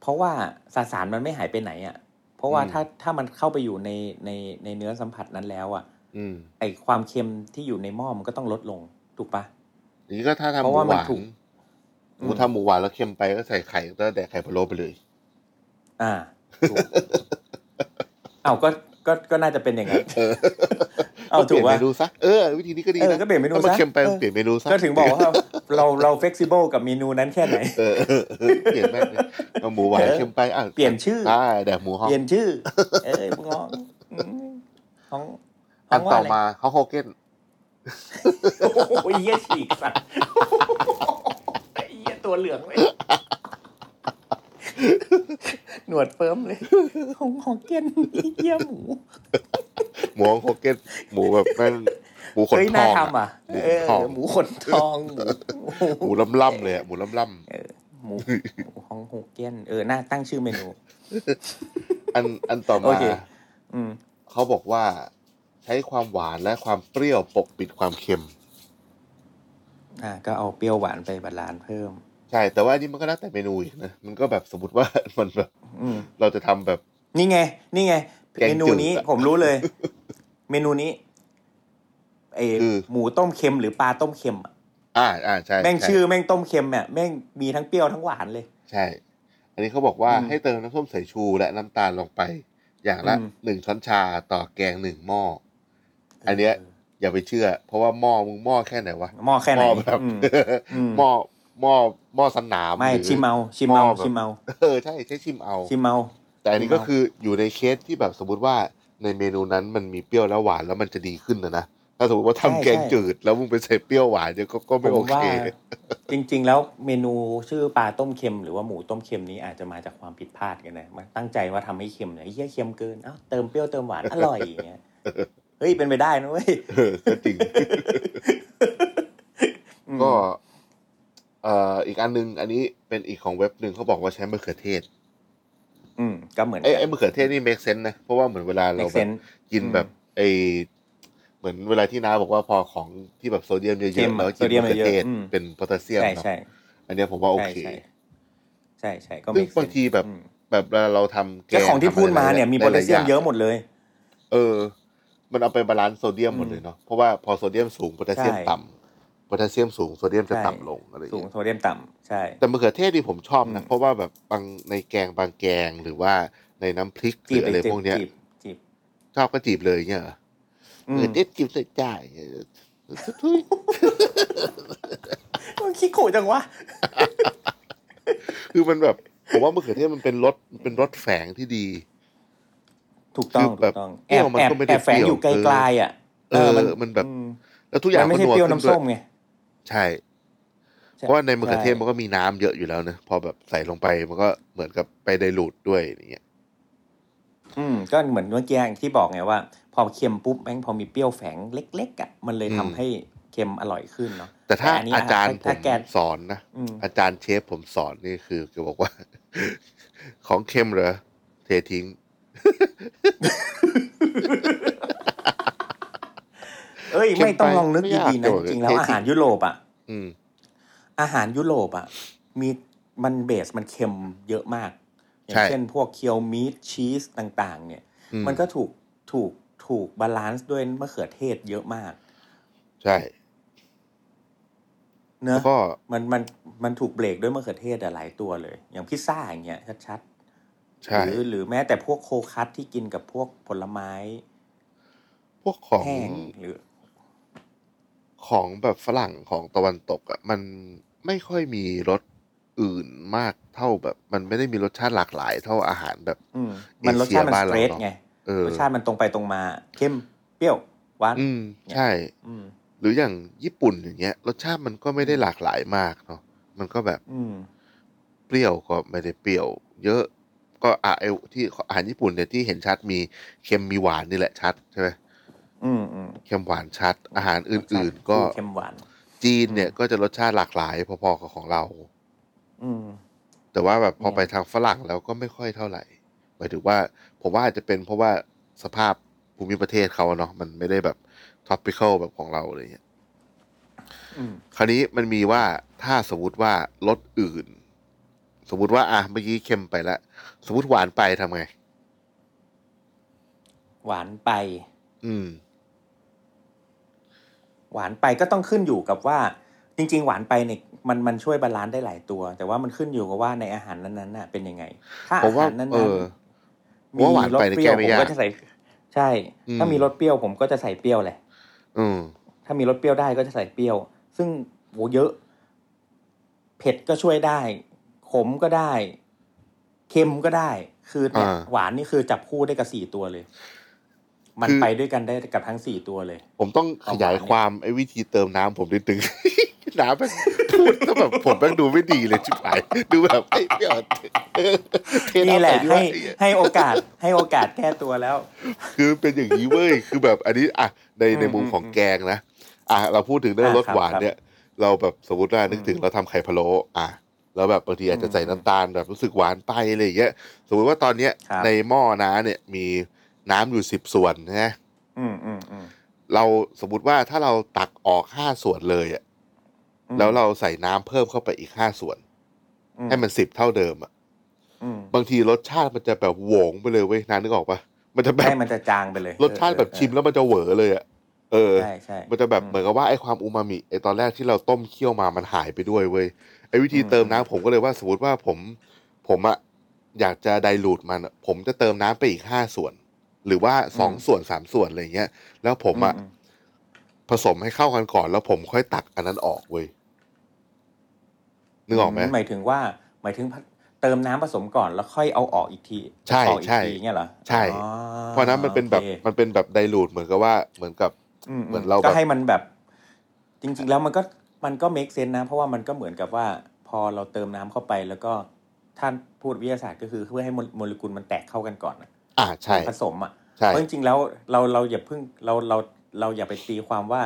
เพราะว่าสสารมันไม่หายไปไหนอ่ะ เพราะว่า
อืม
ถ้าถ้ามันเข้าไปอยู่ในในในเนื้อสัมผัสนั้นแล้วอ่ะ
อืม
ไอความเค็มที่อยู่ในหม้อมันก็ต้องลดลงถูกปะ
อย่างนี้ก็ถ้าทำห
เพ
มู
ราะว่า
ห
มัน
วาน
ถูก
หมู
อืม
ทำหมูหวานแล้วเค็มไปก็ใส่ไข่ก็แดกไข่พะโล้ไปเลย
อ่าถูก เอาก็ก็ก็น่าจะเป็นอย่างนั้น
เออ
เอา
ก็เปลี่ยน
ถูก
เม
ปะ
นูซะเออ วิธีนี้ก็ดี
เออ
นะ
ก็เปลี่ยนเมนู
ถ้ามัน
ซะ
เค็มไป
เออ
เปลี่ยนเมนูซะ
ก็ถึงบอกว่าเราเราเฟกซิเบิลกับเมนูนั้นแค่ไหน
เออเออเออเปลี่ยนแม่งเลยเอาหมูหวาน
เออ
เค็มไปอ่ะ
เปลี่ยนชื่อ
ใช่แดกหมูฮอก
เปลี่ยน ชื่อ เอ้ยมึงร้องอืมห้องห้
อั
อน งว่า
ต่อ
อะไร
มาฮอกโฮเก้น
โอ้โหเยี่ยฉีกสัตว์ไอ้เยี่ยตัวเหลืองเลย หนวดเฟิร์มเลย ของของเกนเยี่ยหมู
หมูฮอกโฮเก้นหมูแบบแม่งหมูขน
เฮ้ย
ท
น่า
อง
ทำ
อ่ะ
อ่ะ เออ
ทอง
หมูขนท องหมู
หมูล่ำล่ำๆเลยอ่ะหมูล่ำล่
เออหมูหมูของโฮเกนเออ น่าตั้งชื่อเมนู
ำอันอันต่อ
โอ
มา
เค อืม
เขาบอกว่าใช้ความหวานและความเปรี้ยวปกปิดความเค็ม
อ่ะก็เอาเปรี้ยวหวานไปบาลานซ์เพิ่ม
ใช่ แต่ว่าอันนี้มันก็แล้วแต่เมนูอีกนะมันก็แบบสมมติว่า มันแบบ
อืม
เราจะทำแบบ
นี่ไง นี่ไง
แกง
เมนู
จืด
นี้
อะ
ผมรู้เลย เมนูนี้ไอ
คือ
หมูต้มเค็มหรือปลาต้มเค็มอะ
อ่าอ่าใช่
แม่ง
ใช่
ชื่อแม่งต้มเค็มเนี่ยแม่งมีทั้งเปรี้ยวทั้งหวานเลย
ใช่ อันนี้เขาบอกว่า
อืม
ให้เติมน้ำส้มสายชูและน้ำตาลลงไป อย่างละ
อืม
หนึ่งช้อนชาต่อแกงหนึ่งหม้อ อันเนี้ยอย่าไปเชื่อ เพราะว่าหม้อมึงหม้อแค่ไหนวะ
หม้อแค่ไห
ห
น
ม้อแบบ
อื ม อืม
หม้อหม้อหม้อสนาม
ไม่
หรือ
ชิมเมาชิมเมา
หม้อแบบ
ชิมเมา
เออใช่ใช่ชิมเอา
ชิมเมา
แต่อันนี้
ชิม
ก็
เอา
คืออยู่ในเคสที่แบบสมมติว่าในเมนูนั้นมันมีเปรี้ยวและหวานแล้วมันจะดีขึ้นนะนะ ถ้าสมมติว่าทำแกงจืด แล้วมึงไปใส่เปรี้ยวหวานเนี่ยก็ก็ไม่โอ
ผ
เค
จริง ๆ แล้วเมนูชื่อปลาต้มเค็มหรือว่าหมูต้มเค็มนี้อาจจะมาจากความผิดพลาดกันนะมันตั้งใจว่าทำให้เค็มเนี่ยเฮี้ยเค็มเกินเอ้าเติมเปรี้ยวเติมหวานอร่อยอย่างเงี้ยเฮ้ยเป็นไปได้นะเว้ย
เออ ก็จริง ก็เอ่ออีกอันนึง อันนี้เป็นอีกของเว็บหนึ่งเขาบอกว่าใช้มะเขือเทศ
อืมก็เหมือน
ไอ้ไอ้มะเขือเทศนี่ make sense นะ เพราะว่าเหมือนเวลา
เม
เรา
ก
แบ
เซ
บ
น
กินแบบ
อืม
ไอ้เหมือนเวลาที่น้าบอกว่าพอของที่แบบโซเดียมเย
เค็
อะ
ม
ๆ
อะ
แล้วกิ
โซ
น
เดียม
มะเขือเทศ
เยอะๆอืม
เป็นโพแทสเซียม
ใช่
เนาะ
ใช่
อันเนี้ยผมว่าโอ
ใช่
เค
ใช่ใช่ใช่ก็
ซึ่
เม
ง
กเซน
บางทีแบบแบบเวลาเราทำแก
แต่ของที่
ำะไร
พูดมาเนี่ยมี
ห
โพ
ลาๆ
แทสเซียมเยอะ
าง
หมดเลย
เออ มันเอาไปบาลานซ์โซเดียมหมดเลยเนาะเพราะว่าพอโซเดียมสูงโพแทสเซียม
ใช่
ต่ำโพแทสเซียมสูงโซเดียมจะ
ใช่
ต่ำลงอะไรอย่าง
สูง
เงี้ย
โซเดียมต่ำใช่
แต่มะเขือเทศนี่ผมชอบนะ
อืม
เพราะว่าแบบบางในแกงบางแกงหรือว่าในน้ำพริกห
จี
รื
บ
ออะไรพวกเนี้ย
จีบจีบ
ชอบก็จีบเลยเงี้ยเหรอ
อืม
เออเด็ดกินเสร็จจ่ายทุย
มึงขี้ขู่จังวะ
คือมันแบบ ผมว่ามะเขือเทศมันเป็นรสมันเป็นรสแฝงที่ดี
ถูกต้อง
คือแบ
ถู
บ
กต้อง
เปรี้
แอบ
ยวมัน
แอบ
ก็ไม่ได้
แอบแฝง
เปรี้ยว
อยู่ไกลๆอ่ะ
เออมันแบบ
อืม
แล้วทุกอย่าง
มันไม่ใช่
ว
เปรี้ยว
ขึ้
น้ำส้มไง
ใช่
ใช่
เพราะว่าในมะเขือเทศ
ใช่
มันก็มีน้ำเยอะอยู่แล้วนะพอแบบใส่ลงไปมันก็เหมือนกับไปไดรูดด้วยอย่างเงี้ย
อืมก็เหมือนเมื่อกี้อย่างที่บอกไงว่า พอเค็มปุ๊บแม่งพอมีเปรี้ยวแฝงเล็กๆอ่ะมันเลยทำให้เค็มอร่อยขึ้นเนาะ
แต่ถ้าน
นี้
อาจารย์ผ
ถ้าม แกน
สอนนะ
อืม
อาจารย์เชฟผมสอนนี่คือจะบอกว่า ของเค็มเหรอเททิ้ง
เอ้ย
เค็ม
ไม่ต้อง
ไป
ลองนึก
ไม่ยาก
ดีๆนะ
โจทย์
จริงๆแล้ว
เท่จริง
อาหารยุโรปอ่ะ
อืม
อาหารยุโรปอ่ะมีมันเบสมันเค็มเยอะมาก อย่า
ใช่
งเช่นพวกเคียวมีดชีสต่าง ๆ เนี่ย
อื
มันก็ถูกถูกถูกบาลานซ์ด้วยมะเขือเทศเยอะมาก
ใช่
เน
แล้
อะ
วก็
มันมันมันถูกเบรกด้วยมะเขือเทศอะหลายตัวเลย อย่างพิซซ่าอย่างเงี้ยชัดๆ
ใช่
หรือหรือแม้แต่พวกโคคัสที่กินกับพวกผลไม้
พวกของ
แห้งหรือ
ของแบบฝรั่งของตะวันตกอ่ะมันไม่ค่อยมีรสอื่นมากเท่าแบบ มันไม่ได้มีรสชาติหลากหลาย เท่าอาหารแบบ
อืมมันรสชาติมัน
เอเชีย
สเต
บ้านเรา
รท
เนอะ
ไง
เออ
รสชาติมันตรงไปตรงมาเค็มเปรี้ยวหวาน
อืม ใช่
อืม
หรืออย่างญี่ปุ่นอย่างเงี้ย รสชาติมันก็ไม่ได้หลากหลายมากเนาะมันก็แบบ
อืม
เปรี้ยวก็ไม่ได้เปรี้ยว เยอะก็อ่ะไอที่อาหารญี่ปุ่นเนี่ยที่เห็นชัดมีเค็มมีหวานนี่แหละชัดใช่ไหม
อืมอืม
เค็มหวานชัด อาหารอื่น ๆ ก็
รสชาติเค็มหวาน
จีนเนี่ยก็จะรสชาติหลากหลายพอๆกับของเรา
อืม
แต่ว่าแบบพอ
เนี่ย
ไปทางฝรั่งแล้วก็ไม่ค่อยเท่าไหร่หมายถึงว่า ผมว่าอาจจะเป็นเพราะว่าสภาพภูมิประเทศเขาอะเนาะมันไม่ได้แบบท็อปปิคอลแบบของเราอะไรเงี้ย
อืม
คราวนี้มันมีว่าถ้าสมมติว่ารสอื่น สมมติว่าอ่ะเมื่อกี้เค็มไปแล้วสมมติหวานไปทำไง
หวานไป
อืม
หวานไปก็ต้องขึ้นอยู่กับว่า จริง ๆ หวานไปเนี่ยมันมันช่วยบาลานซ์ได้หลายตัว แต่ว่ามันขึ้นอยู่กับว่าในอาหารนั้นๆน่ะเป็นยังไง ถ้า
ผ
อาม
ว่า
หารนั้น
เอ
ๆ
อผมว่าหวานไปเนี่ยแก้ไม่
ผม
ยาก
ก็จะใส่ ใช่
อืม
ถ้ามีรสเปรี้ยวผมก็จะใส่เปรี้ยวแหละ
อืม
ถ้ามีรสเปรี้ยวได้ก็จะใส่เปรี้ยว ซึ่งโหเยอะ เผ็ดก็ช่วยได้ ขมก็ได้ เค็มก็ได้ คือเนี่ย
อ่า
หวานนี่คือจับคู่ได้กับสี่ตัวเลย มัน
คือ
ไปด้วยกันได้กับทั้งสี่ตัวเลย
ผมต้องขยายความไอ้วิธีเติมน้ำผมนิดนึง น้ำแม่งพูดแล้วแบบผมแม่งดูไม่ดีเลยชิบหายดูแบบไอ้ยเดี๋ยวเทน้ำ
นี่แหละ
ใส่ด้ว
ให้
ยไอ้เหี้ย
ให้โอกาส ให้โอกาสแก้ตัวแล้ว
คือเป็นอย่างนี้เว้ย คือแบบอันนี้อ่ะในในมุม
อืม
ของแกงนะ อ่ะเราพูดถึงเรื่อง
อ่ะ
รสหวาน
ครับ
เนี่ย เราแบบสมมติว่านึกถึง
อืม
เราทำไข่พะโล้อ่ะแล้วแบบบางทีอาจจะใส่
อืม
น้ำตาลแบบรู้สึกหวานไปอะไรอย่างเงี้ย สมมติว่าตอนเนี้ย
ครับ
ในหม้อน้าเนี่ยมีน้ำอยู่สิบส่วนนะ
อืมอืมอืม
เราสมมติว่าถ้าเราตักออกห้าส่วนเลยอ่ะ
อืม
แล้วเราใส่น้ำเพิ่มเข้าไปอีกห้าส่วน
อื
ให้มันสิบเท่าเดิมอ่ะ
อืม
บางทีรสชาติมันจะแบบโหวงไปเลยเว้ยน้านึกออกปะมันจะแบ
ให้
บ
มันจะจางไปเลย
รสชาติแบบชิมแล้วมันจะเหวอเลยอ่ะเออ
ใช่ใช่
มันจะแบบเหมือนกับว่าไอ้ความอูมามิไอ้ตอนแรกที่เราต้มเคี่ยวมามันหายไปด้วยเว้ยไอ้วิธี
อืม
เติมน้ำผมก็เลยว่าสมมติว่าผม ผมอะอยากจะไดรูดมันอะผมจะเติมน้ำไปอีกห้าส่วน หรือว่าสองส่วนสามส่วนอะไรเงี้ย แล้วผมอะ
อืม
ผสมให้เข้ากันก่อน แล้วผมค่อยตักอันนั้นออกเว้ยนึกออกไหม
หมายถึงว่า หมายถึงเติมน้ำผสมก่อนแล้วค่อยเอาออกอีกที
ใช่
เอาออกอีก
ใช่
ทีเงี้ยเหรอ
ใช่
อ๋อ
เพราะนั้นมันเป็นแบบ
โอค
มันเป็นแบบไดรูดเหมือนกับว่าเหมือนกับ เหมือนเราแบบ
ก็ให้มันแบบ จริง ๆ แล้วมันก็มันก็ make sense นะ เพราะว่ามันก็เหมือนกับว่า พอเราเติมน้ำเข้าไปแล้วก็ท่านพูดวิทยาศาสตร์ก็คือเพื่อให้โมเลกุลมันแตกเข้ากันก่อนอะ
อ่าใช่
ผสมอ่ะ
ใช่
เพราะจริงๆแล้วเราเราอย่าเพิ่งเราเราเราอย่าไปตีความว่า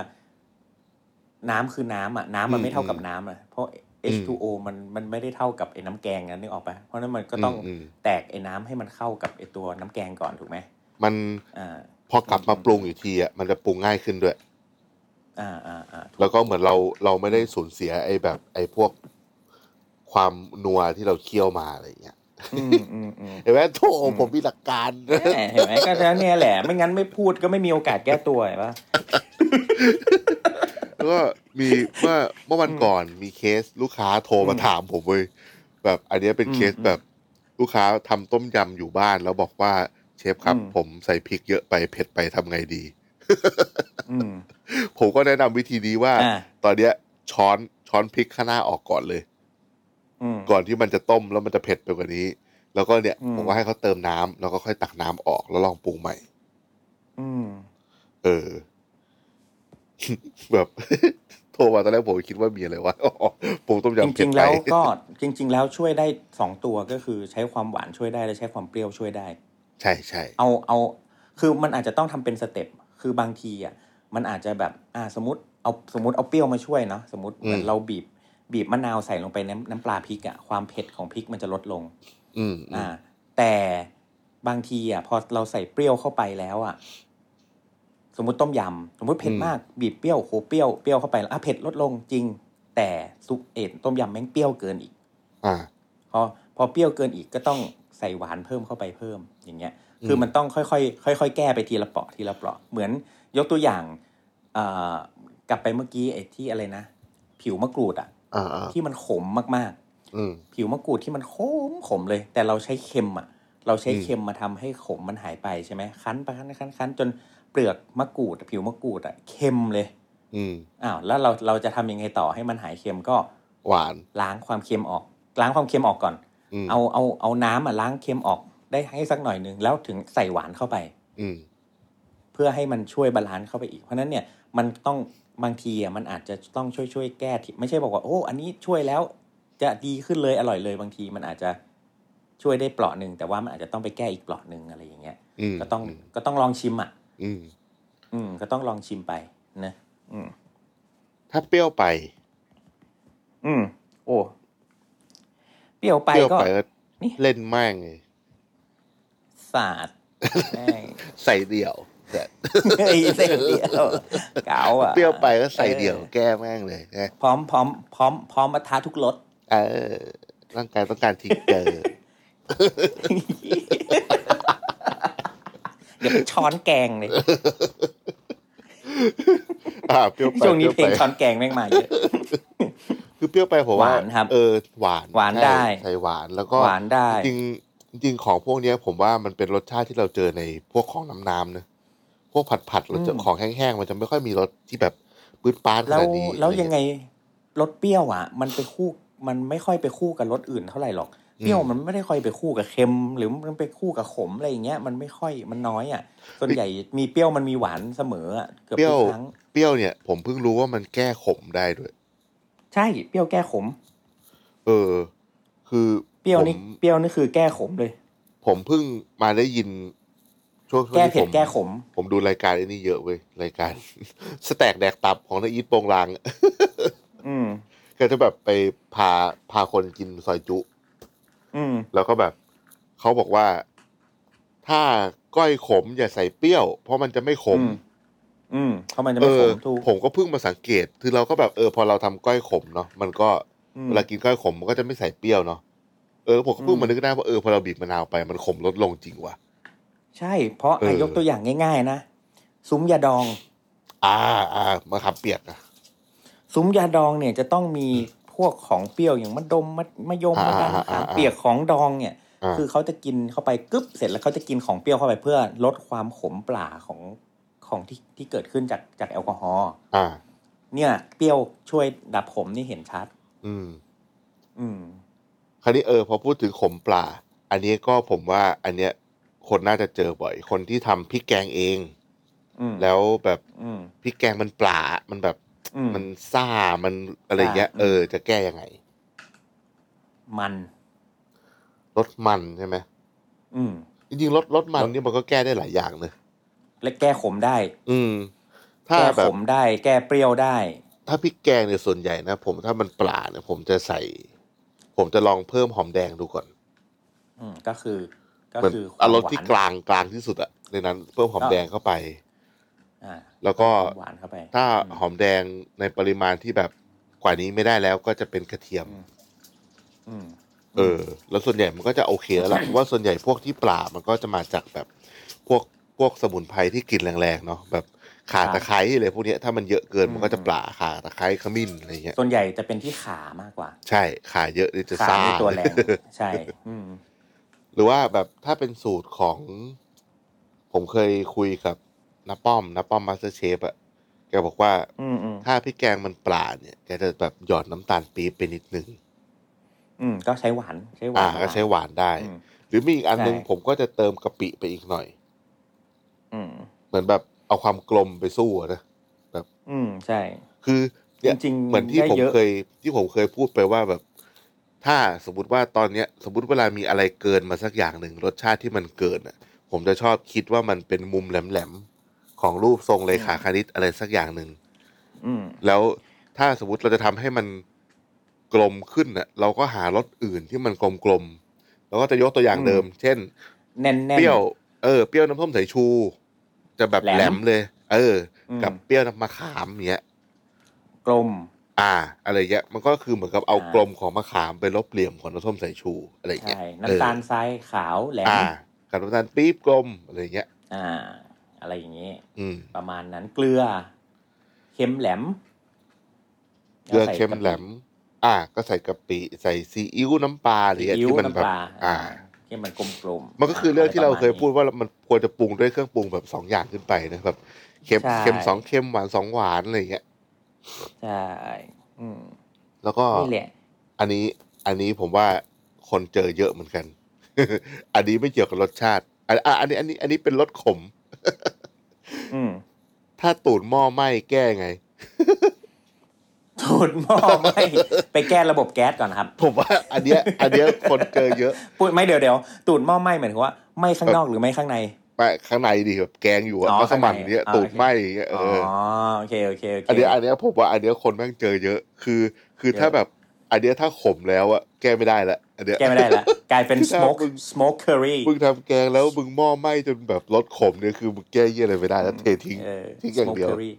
น้ำคือน้ำอ่ะ น้ำมันไม่เท่ากับน้ำอ่ะเพราะ H2O มันมันไม่ได้เท่ากับไอ้น้ำแกงนั้นนึกออกปะเพราะฉะนั้นมันก็ต้อง
มม
แตกไอ้น้ำให้มันเข้ากับไอ้ตัวน้ำแกงก่อนถูกไหม
มัน
อ่า
พอกลับมา
อืม
ปรุงอีกทีอะมันจะปรุงง่ายขึ้นด้วย
อ่าอ่าอ่าถูก
แล้วก็เหมือนเราเราไม่ได้สูญเสียไอ้แบบไอ้พวกความนัวที่เราเคี่ยวมาอะไรอย่างเงี้ย
อืมอืมอืม
เห็นไหมโถ
อืม
ผมมีหลักการ
แหม่เห็นไหมก็แล้วเนี่ยแหละ ไม่งั้นไม่พูดก็ไม่มีโอกาสแก้ตัวเห็นปะ
แล้วก็มีเมื่อเมื่อวันก่อนมีเคสลูกค้าโทรมาถามผมเว้ยแบบอันเนี้ยเป็นเคส
อืม
แบบลูกค้าทำต้มยำอยู่บ้านแล้วบอกว่าเชฟครับ
อืม
ผมใส่พริกเยอะไปเผ็ดไปทำไงดี
อืม
ผมก็แนะนำวิธีนี้ว่า
อ่า
ตอนเนี้ยช้อนช้อนพริกข้างหน้าออกก่อนเลย
อืม
ก่อนที่มันจะต้มแล้วมันจะเผ็ดไปกว่านี้ แล้วก็เนี่ย
อืม
ผมก็ให้เขาเติมน้ำแล้วก็ค่อยตักน้ำออกแล้วลองปรุงใหม่
อืม
เออ แบบ โถ รมาตอนแรกผมคิดว่ามีอะไรว ะอ๋อปรุงต้ม
จ
ยำเผ็
ริ
ด
งๆ
ไป
แล้วก็จริง ๆ แล้วช่วยได้สองตัวก็คือใช้ความหวานช่วยได้และใช้ความเปรี้ยวช่วยได้
ใช่ใช่
เอาเอาคือมันอาจจะต้องทำเป็นสเต็ปคือบางทีอ่ะมันอาจจะแบบอ่าสมมติเอาสมมติเอาเปรี้ยวมาช่วยเนาะสมมติเหมือนเราบีบ บีบมะนาวใส่ลงไปในน้ำปลาพริกอ่ะความเผ็ดของพริกมันจะลดลง
อืมอื
อ่าม แต่บางทีอ่ะพอเราใส่เปรี้ยวเข้าไปแล้วอ่ะสมมติต้มยำสมมติเผ็ดมากบีบเปรี้ยวโหเปรี้ยวเปรี้ยวเข้าไปแล้วอ่ะเผ็ดลดลงจริง แต่ซุปเอ็ดต้มยำแม่งเปรี้ยวเกินอีก
อ่า
พอพอเปรี้ยวเกินอีกก็ต้องใส่หวานเพิ่มเข้าไปเพิ่มอย่างเงี้ย
อืม
คือมันต้องค่อยๆค่อยๆแก้ไปทีละเปราะทีละเปราะเหมือนยกตัวอย่างเอ่อกลับไปเมื่อกี้ไอ้ที่อะไรนะ ผิวมะกรูดอ่ะ
อ่าอ่า
ที่มันขมมาก
อืม
ๆ ผิวมะกรูดที่มันขมขมเลย แต่เราใช้เค็มอ่ะ เราใช้
อืม
เค็มมาทำให้ขมมันหายไปใช่ไหมคั้นไปคั้นคั้นคั้นจนเปลือกมะกรูดผิวมะกรูดอ่ะเค็มเลย
อืม
อ้าวแล้วเราเราจะทำยังไงต่อให้มันหายเค็มก็
หวาน
ล้างความเค็มออก ล้างความเค็มออกก่อน
อืม
เอาเอาเอาน้ำอ่ะล้างเค็มออกได้ให้สักหน่อยหนึ่งแล้วถึงใส่หวานเข้าไป
อืม
เพื่อให้มันช่วยบาลานซ์เข้าไปอีกเพราะฉะนั้นเนี่ยมันต้องบางทีอ่ะมันอาจจะต้องช่วยช่วยแก้ที่ไม่ใช่บอกว่าโอ้อันนี้ช่วยแล้วจะดีขึ้นเลยอร่อยเลยบางทีมันอาจจะช่วยได้เปลาะหนึ่งแต่ว่ามันอาจจะต้องไปแก้อีกเปลาะหนึ่งอะไรอย่างเงี้ย
อืม
ก็ต้องก็ต้องลองชิมอ่ะ
อืม
อืมก็ต้องลองชิมไปนะอืม
ถ้าเปรี้ยวไป
อืม โอ้เปรี้ยวไป
เปรี้ยว
ก็
ไปก็
นี่
เล่นแม่งเลย
สาดแม่ง
ใส่เดี่ยวแต่
ไอ้เส้นเดี ยวเก๋าอ่ะ
เปรี้ยวไปก็ใส่เดี่ยว
ออ
แก้แม่งเลยนะ
พร้อมพร้อมพร้อมพร้อมมาท้าทุกรส
เออร่างกายต้องการทิกเกอร์
อย่าไปช้อนแกงเลย
อ่าเปรี้ยวไป
ช่วงนี้เพล
ปรี้
ง
ยวไป
ช้อนแกงแม่งมาเยอะ
คือเปรี้ยวไปผมว่า
หวานครับ
เออหวาน
หวาน
ใช่
ได้
ใส่หวานแล้วก็
หวานได้
จริงจริงของพวกเนี้ย ผมว่ามันเป็นรสชาติที่เราเจอในพวกของน้ำน้ำๆนะพวกผัดผัดๆเราเจอ
อืม
ของแห้งๆมันจะไม่ค่อยมีรสที่แบบปื้ดปานข
แล้ว
นาดนี้
แล้ว
อะร
ยังไงรสเปรี้ยวอ่ะ มันไปคู่มันไม่ค่อยไปคู่กับรสอื่นเท่าไหร่หรอกเปรี้ยวมันไม่ได้ค่อยไปคู่กับเค็ม หรือมันไปคู่กับขมอะไรอย่างเงี้ยมันไม่ค่อยมันน้อยอ่ะส่วนใหญ่มีเปรี้ยวมันมีหวานเสมออ่ะเกือบ
เปรี้ยว
ทุกครั้ง
เปรี้ยวเนี่ย ผมเพิ่งรู้ว่ามันแก้ขมได้ด้วย
ใช่เปรี้ยวแก้ขม
เออ คือ
เปรี้ยวนี่
ผม
เปรี้ยวนี่คือแก้ขมเลย
ผมเพิ่งมาได้ยินช่วงช่วง
แก้
ที่
เผ็
ผ
ด
ม
แก้ขม
ผมดูรายการไอ้นี่เยอะเว้ยรายการ สแต็กแดกตับของนายอีทโปงลาง
อืม
ก็จะแบบไปพาพาคนกินซอยจุ
อืม
แล้วก็แบบเขาบอกว่าถ้าก้อยขมอย่าใส่เปรี้ยว เพราะมันจะไม่ขม
อืม อืมเพราะมันจะ
เอ
ไม่ข
อ
มถูก
ผมก็เพิ่งมาสังเกต คือเราก็แบบเออพอเราทำก้อยขมเนาะมันก็
อืม
เวลากินก้อยขมมันก็จะไม่ใส่เปรี้ยวเนาะเออผมก็เพิ่ง
อืม
มานึกได้ว่าเออพอเราบีบมะนาวไปมันขมลดลงจริงว่ะ
ใช่ เพราะ
เออ
ไอ้ยกตัวอย่างง่าย ๆ นะ ซุ้มยาดอง
อ่าอ่ามะขามเปียกอะ
ซุ้มยาดองเนี่ยจะต้องมีพวกของเปรี้ยวอย่างมะดมมะมะยมมะดัน
อ่าอ่าอ่า
ขามเปียกของดองเนี่ย
อ่า
คือเขาจะกินเข้าไปกึ๊บเสร็จแล้วเขาจะกินของเปรี้ยวเข้าไปเพื่อลดความขมปลาของของที่ที่เกิดขึ้นจากจากแอลกอฮอล์
อ่า
เนี่ย เปรี้ยวช่วยดับขมนี่เห็นชัด
อืม
อืม
คราวนี้เออพอพูดถึงขมปลา อันนี้ก็ผมว่าอันเนี้ยคนน่าจะเจอบ่อย คนที่ทำพริกแกงเอง
อืม
แล้วแบบ
อืม
พริกแกงมันปลา มันแบบ
อืม
มันซ่ามันอะไรเงี้ย
ซ่า
เออจะแก้ยังไง
มัน
ลดมันใช่ไหม
อืม
จริงๆลดลดมันนี่มันก็แก้ได้หลายอย่างเนอะ
และแก้ขมได้
อืม ถ้า
แก้
แบ
ข
บ
มได้ แก้เปรี้ยวได้
ถ้าพริกแกงเนี่ยส่วนใหญ่นะผมถ้ามันปลาเนี่ยผมจะใส่ ผมจะลองเพิ่มหอมแดงดูก่อน
อืมก็คือก็
เหมือน
คือควา
เอา
มห
รม
วา
ณ์ที่
น
กลางกลางที่สุดอะในนั้นเพิ่มหอม
ก็
แดงเข้าไป
อ่า
แล้วก็
หวานเข้าไป
ถ้าหอมแดงในปริมาณที่แบบกว่านี้ไม่ได้แล้วก็จะเป็นกระเทียม
อืม อืม
เออ แล้วส่วนใหญ่มันก็จะโอเคแล้วล่ะ เพราะว่าส่วนใหญ่พวกที่ปลามันก็จะมาจากแบบพวกพวกสมุนไพรที่กลิ่นแรงๆเนาะแบบข่า
ครับ
ตะไคร้อะไรพวกเนี้ยถ้ามันเยอะเกิน
อืม
มันก็จะปลาข่าตะไคร้ขมิ้นอะไรเงี้ย
ส่วนใหญ่จะเป็นที่ขามากกว่า
ใช่ข่าเยอะนี่จะ
ขา
ซ่า
นี่ตัวแรงใช่ อืม
หรือว่าแบบถ้าเป็นสูตรของ ผมเคยคุยกับน้าป้อมน้าป้อมมาสเตอร์เชฟอะแกบอกว่า
อืมอืม
ถ้าพี่แกงมันปลาเนี่ยแกจะแบบหยอดน้ำตาลปี๊บไปนิดนึง
อืม ก็ใช้หวานใช้หวา
อ่าน ก็ใช้หวานได้
อืม
หรือมีอีกอันนึง
ใช่
ผมก็จะเติมกะปิไปอีกหน่อย
อืม
เหมือนแบบเอาความกลมไปสู้อะนะ
อืมใช่
คือ
จ
เนี่ย
ริงๆ
เหมือนที่
ได้
ผม
เยอะ
เคยที่ผมเคยพูดไปว่าแบบ ถ้าสมมติว่าตอนเนี้ย สมมติเวลามีอะไรเกินมาสักอย่างหนึ่งรสชาติที่มันเกินอ่ะ ผมจะชอบคิดว่ามันเป็นมุมแหลมๆของรูปทรงเลขาคณิตอะไรสักอย่างหนึ่ง
อืม
แล้วถ้าสมมติเราจะทำให้มันกลมขึ้นน่ะ เราก็หารสอื่นที่มันกลมๆแล้วก็จะยกตัวอย่าง
อืม
เดิม เช่น
แน่นๆ
เปรี้ยว เออ เปรี้ยวน้ำส้มสายชู จะแบบ
แห
แห
ล
ล
ม
มเลย เออ
อืม
กับเปรี้ยวน้ำมะขามเนี้ย
กลม
อ่า อะไรเงี้ย มันก็คือเหมือนกับเอา
อ่า
กลมของมะขามไปลบเหลี่ยมของน้ำส้มสายชูอะไรเงี้ย
ใช่น้ำตาล
เอ
ทรายขาวแหล
อ
ม
อ่า กับน้ำตาลปี๊บกลมอะไรเงี้ย
อ่า อะไรอย่างนี้
อืม
ประมาณนั้นเกลือ เค็มแหลม
เกลือ
ใส่
เค็มแหลม อ่า ก็ใส่กะปิ ใส่ซีอิ๊วน้ำปลาอะไร
ซี
เงี้ย
อิ๊ว
ที่มันแบ
น้ำป
บ
ลา
อ่า
ที่มันกลมกลม
มันก็คือเรื่องที่เราเคยพูดว่ามันควรจะปรุงด้วยเครื่องปรุงแบบสองอย่างขึ้นไปนะแบบเค็มเค็มสองเค็มหวานสองหวานอะไรอย่างเงี้ย
ใช่อืม
แล้วก็
นี่แหละ
อันนี้อันนี้ผมว่าคนเจอเยอะเหมือนกัน อันนี้ไม่เกี่ยวกับรสชาติอันอ่ะอันนี้อันนี้อันนี้เป็นรสขม
อืม
ถ้าตูดหม้อไหม้แก้ไง
สูตรหม้อไห ม่ไปแก้ระบบแก๊สก่อนครับ
ผมว่า อันเนี้ยอันเนี้ยคนเจอเยอะ
พูดไม่เดี๋ยวเดี๋ยวตูดหม้อไหม้เหมือนกับว่าไหม้ข้างนอกหรือไหม้ข้างใน
ไปข้างในดิแบบแกงอยู่อะ
อ๋อ
มัสมั่น
ข้างใน
เนี้ย
อ่า
ตูดไหม้อย่างเงี้ยเอ
อ๋
ออ
อโอเคโอเคโอเค
อันเนี้ยอันเนี้ยผมว่าอันเนี้ยคนแม่งเจอเยอะ คือ คือ
เยอะ
ถ้าแบบอันเนี้ยถ้าขมแล้วอะแก้ไม่ได้ละอันเนี้ย
แก้ไม่ได้ละก ลายเป็น
ที่ทำ
smoke
มึง
smoke curry
มึงทำแกงแล้วมึงหม้อไหม้จนแบบรสขมเนี่ยคือมึงแก้เยี่ยอะไรไม่ได้แล้วเททิ้ง
เออ
ทิ้งอย่าง
smoke
เดียว
curry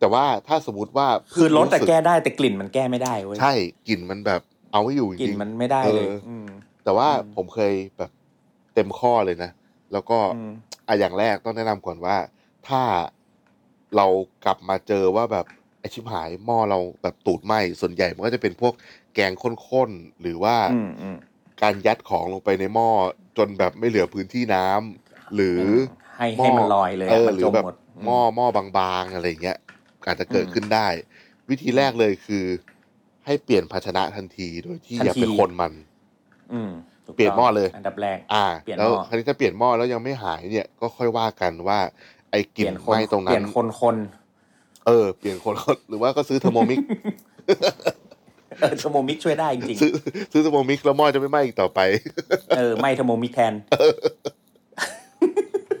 แต่ว่าถ้าสมมติว่า
คือรสแต่
สึ
แก้ได้แต่กลิ่นมันแก้ไม่ได้เว้ย
ใช่กลิ่นมันแบบเอาไม่อยู่จ
กลิ่น
ริง
มันไม่ได้เลย
เอออื
ม
ๆแต่ว่า
อืม
ผมเคยแบบเต็มข้อเลยนะ แล้วก็
อืม
อ่ะอย่างแรกต้องแนะนำก่อนว่า ถ้าเรากลับมาเจอว่าแบบไอชิบหายหม้อเราแบบตูดไหมส่วนใหญ่มันก็จะเป็นพวกแกงข้นๆหรือว่า
อืมอืม
การยัดของลงไปในหม้อจนแบบไม่เหลือพื้นที่น้ำหรือ
ให้
หม้อ
ให้มันลอยเลย
เออ
มัน
หรื
จ
อ
ม
แบบ
หมด
หม้อหม้อบางๆอะไรเงี้ยอาจจะเกิดขึ้นได้ วิธีแรกเลยคือ ให้เปลี่ยนภาชนะทันทีโดยที่อย่าไปคนมัน
อืมถูก
เปลี่ยนหม้อเลย
ต้องอันดับแรก
อ่า
เปลี่ยนหม้อ
แล้วคราวนี้ถ้าเปลี่ยนหม้อแล้วยังไม่หายเนี่ยก็ค่อยว่ากันว่า ไอ้กลิ่น
ค
ไหม้ตรง
เป
นั้
ลี่ย
น
นคนคน
เออเปลี่ยน คนหรือว่าก็ซื้อเทอร์โมมิก
เออเทอร์โมมิกช่วยได้จริง
ซื้อซื้อเทอร์โมมิกแล้วหม้อจะไม่ไหม้อีกต่อไป
ๆเออไม่เทอร์โมมิกแทน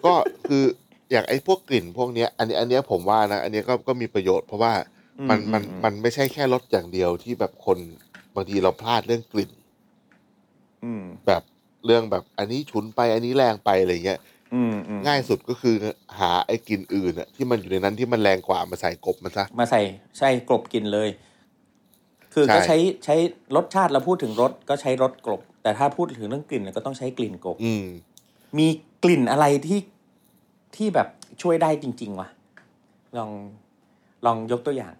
ก็คืออย่างไอ้พวกกลิ่นพวกเนี้ยอันนี้อันเนี้ยผมว่านะ อันเนี้ยก็ก็มีประโยชน์เพราะว่ามัน
อืม
มัน
อืม
มันไม่ใช่แค่รสอย่างเดียวที่แบบคนบางทีเราพลาดเรื่องกลิ่น
อืม
แบบเรื่องแบบอันนี้ฉุนไปอันนี้แรงไปอะไรเงี้ย
อืมอืม
ง่ายสุดก็คือหาไอ้กลิ่นอื่นอะที่มันอยู่ในนั้นที่มันแรงกว่ามาใส่กบมันซะ
มาใส่ใช่กลบกลิ่นเลย คือ
ใช่
ก็ใช้ใช้รสชาติเราพูดถึงรสก็ใช้รสกลบ แต่ถ้าพูดถึงเรื่องกลิ่นเนี่ยก็ต้องใช้กลิ่นกลบ
อืม
มีกลิ่นอะไรที่ที่แบบช่วยได้จริง ๆวะลองลองยกตัวอย่าง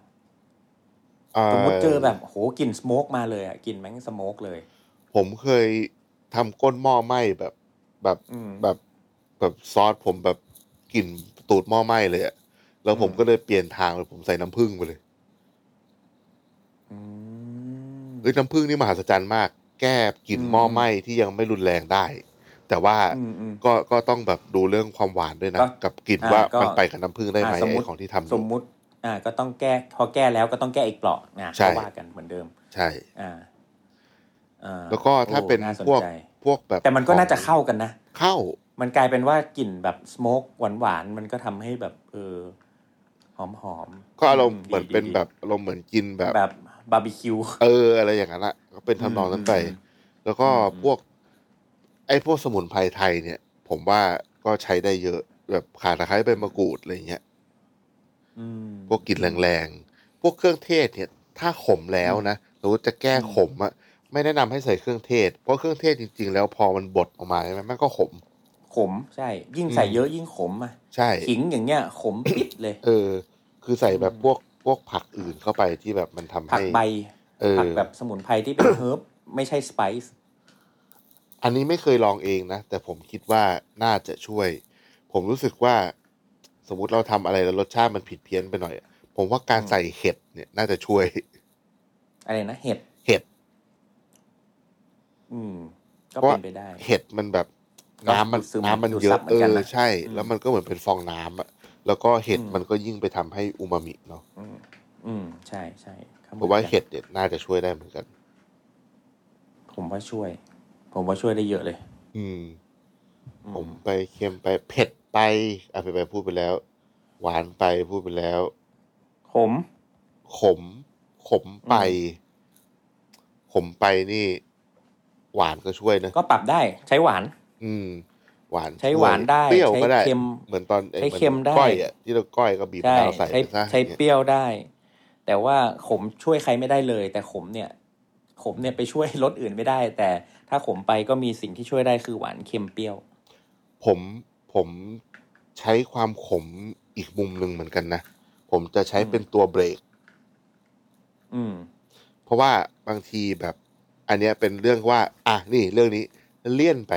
เอ่อ
สมมติเจอแบบโหกลิ่นสโมกมาเลยอ่ะกลิ่นแม่งสโมกเลย
ผมเคยทำก้นหม้อไหม้แบบแบบ
อืม
แบบแบบซอสผมแบบกลิ่นตูดหม้อไหม้เลยอะแล้วผมก็เลยเปลี่ยนทางเลยผมใส่น้ำผึ้งไปเลย
อืม
เฮ้ยน้ำผึ้งนี่มหัศจรรย์มาก แก้กลิ่น
อืม
หม้อไหม้ที่ยังไม่รุนแรงได้ แต่ว่า
อืมอืม
ก็ก็ต้องแบบดูเรื่องความหวานด้วยนะ
ก็
กับกลิ่น
อ่า
ว่า
ก็
มันไปกับน้ำผึ้งได้ไหม
อ่าสมมุ
ไอ้
ติ
ของที่ทำอ
ส
ยู่
มมุติ อ่า ก็ต้องแก้พอแก้แล้วก็ต้องแก้อีกเปลาะนะ
ใช่
ก็ว่ากันเหมือนเดิม
ใช่
อ่าอ่า
แล้วก็ถ้า
โอ้
เป็น
น่สน
พวก
ใจ
พวกแบบ
แต่มันก็
ของ
น่าจะเข้ากันนะ
เข้า
มันกลายเป็นว่ากลิ่นแบบสโมกหวานๆ มันก็ทำให้แบบเออหอมหอมๆ
ก็อารมณ์
ดี
เหมือน
ดี
เป็น
ดี
แบบอารมณ์เหมือนกินแบบ
แบบบาร์บีคิว
เอออะไรอย่างนั้นอะก็เป็นทำนองนั้นไป
อืม
แล้วก็
อืม
พวก ไอ้พวกสมุนไพรไทยเนี่ย ผมว่าก็ใช้ได้เยอะแบบข่าตะไคร้ใบมะกรูดอะไรอย่างเงี้ย
อืม
พวกกลิ่นแรงๆ พวกเครื่องเทศเนี่ย ถ้าขมแล้วนะสมมติจะแก้ขมอะไม่แนะนำให้ใส่เครื่องเทศ เพราะเครื่องเทศจริง ๆ แล้วพอมันบดออกมาใช่ไหมมันก็ขม
ขมใช่ ยิ่ง
อืม
ใส่เยอะยิ่งขมอ่ะ
ใช่
ขิงอย่างเงี้ย ขม ปิดเลย
เออ คือใส่แบบพวกพวกผักอื่นเข้าไปที่แบบมันทำ
ผัก
ให้
ใบ
เออ
ผักแบบสมุนไพรที่เป็น เฮิร์บไม่ใช่สไปซ์
อันนี้ไม่เคยลองเองนะ แต่ผมคิดว่าน่าจะช่วย ผมรู้สึกว่า สมมติเราทำอะไรแล้วรสชาติมันผิดเพี้ยนไปหน่อยอะผมว่าการใส่เห็ดเนี่ย น่าจะช่วย
อะไรนะ เห็ด
เห็ด
อืม ก็เป็นไปได้
เห็ดมันแบบ
ก็
น้ำมัน
ดูดซึม
น้ำมัน
ดูด
เย
ซั
อะ
บเหมื
เอ
อนกัน
อ
นะ
ใช่ แล้วมันก็เหมือนเป็นฟองน้ำอะแล้วก็เห็ด
อืม
มันก็ยิ่งไปทำให้อูมามิเนาะ
อืม ใช่ใช่ครับ
ผมว่าเห็ดเนี่ยน่าจะช่วยได้เหมือนกัน
ผมว่าช่วย ผมว่าช่วยได้เยอะเลย
อืม
อื
ผมไปเค็มไปเผ็ดไปอ่ะเผ็ดไปพูดไปแล้ว หวานไปพูดไปแล้ว
ขม
ขม ขมไป ขมไปนี่ หวานก็ช่วยนะ
ก็ปรับได้ใช้หวาน
อืม หวาน
ใช้หวานได้
เปรี้ยวก็ได้
ใช้เค็ม
เหมือนตอนอ้
ใช้เค็มได้
หอนก้อยอ่ะที่เราก้อยก็บีบมะ
ใช่
นาวใส่
ใช้
ซะ
ใช้
อย่าง
เป
เงี้ย
รี้ยวได้ แต่ว่าขมช่วยใครไม่ได้เลย แต่ขมเนี่ย ขมเนี่ยไปช่วยรสอื่นไม่ได้ แต่ถ้าขมไปก็มีสิ่งที่ช่วยได้คือหวานเค็มเปรี้ยว
ผมผมใช้ความขมอีกมุมหนึ่งเหมือนกันนะ ผมจะใช้เป็นตัวเบรก
อืม
เพราะว่าบางทีแบบ อันเนี้ยเป็นเรื่องว่า อ่ะนี่เรื่องนี้เลี่ยนไป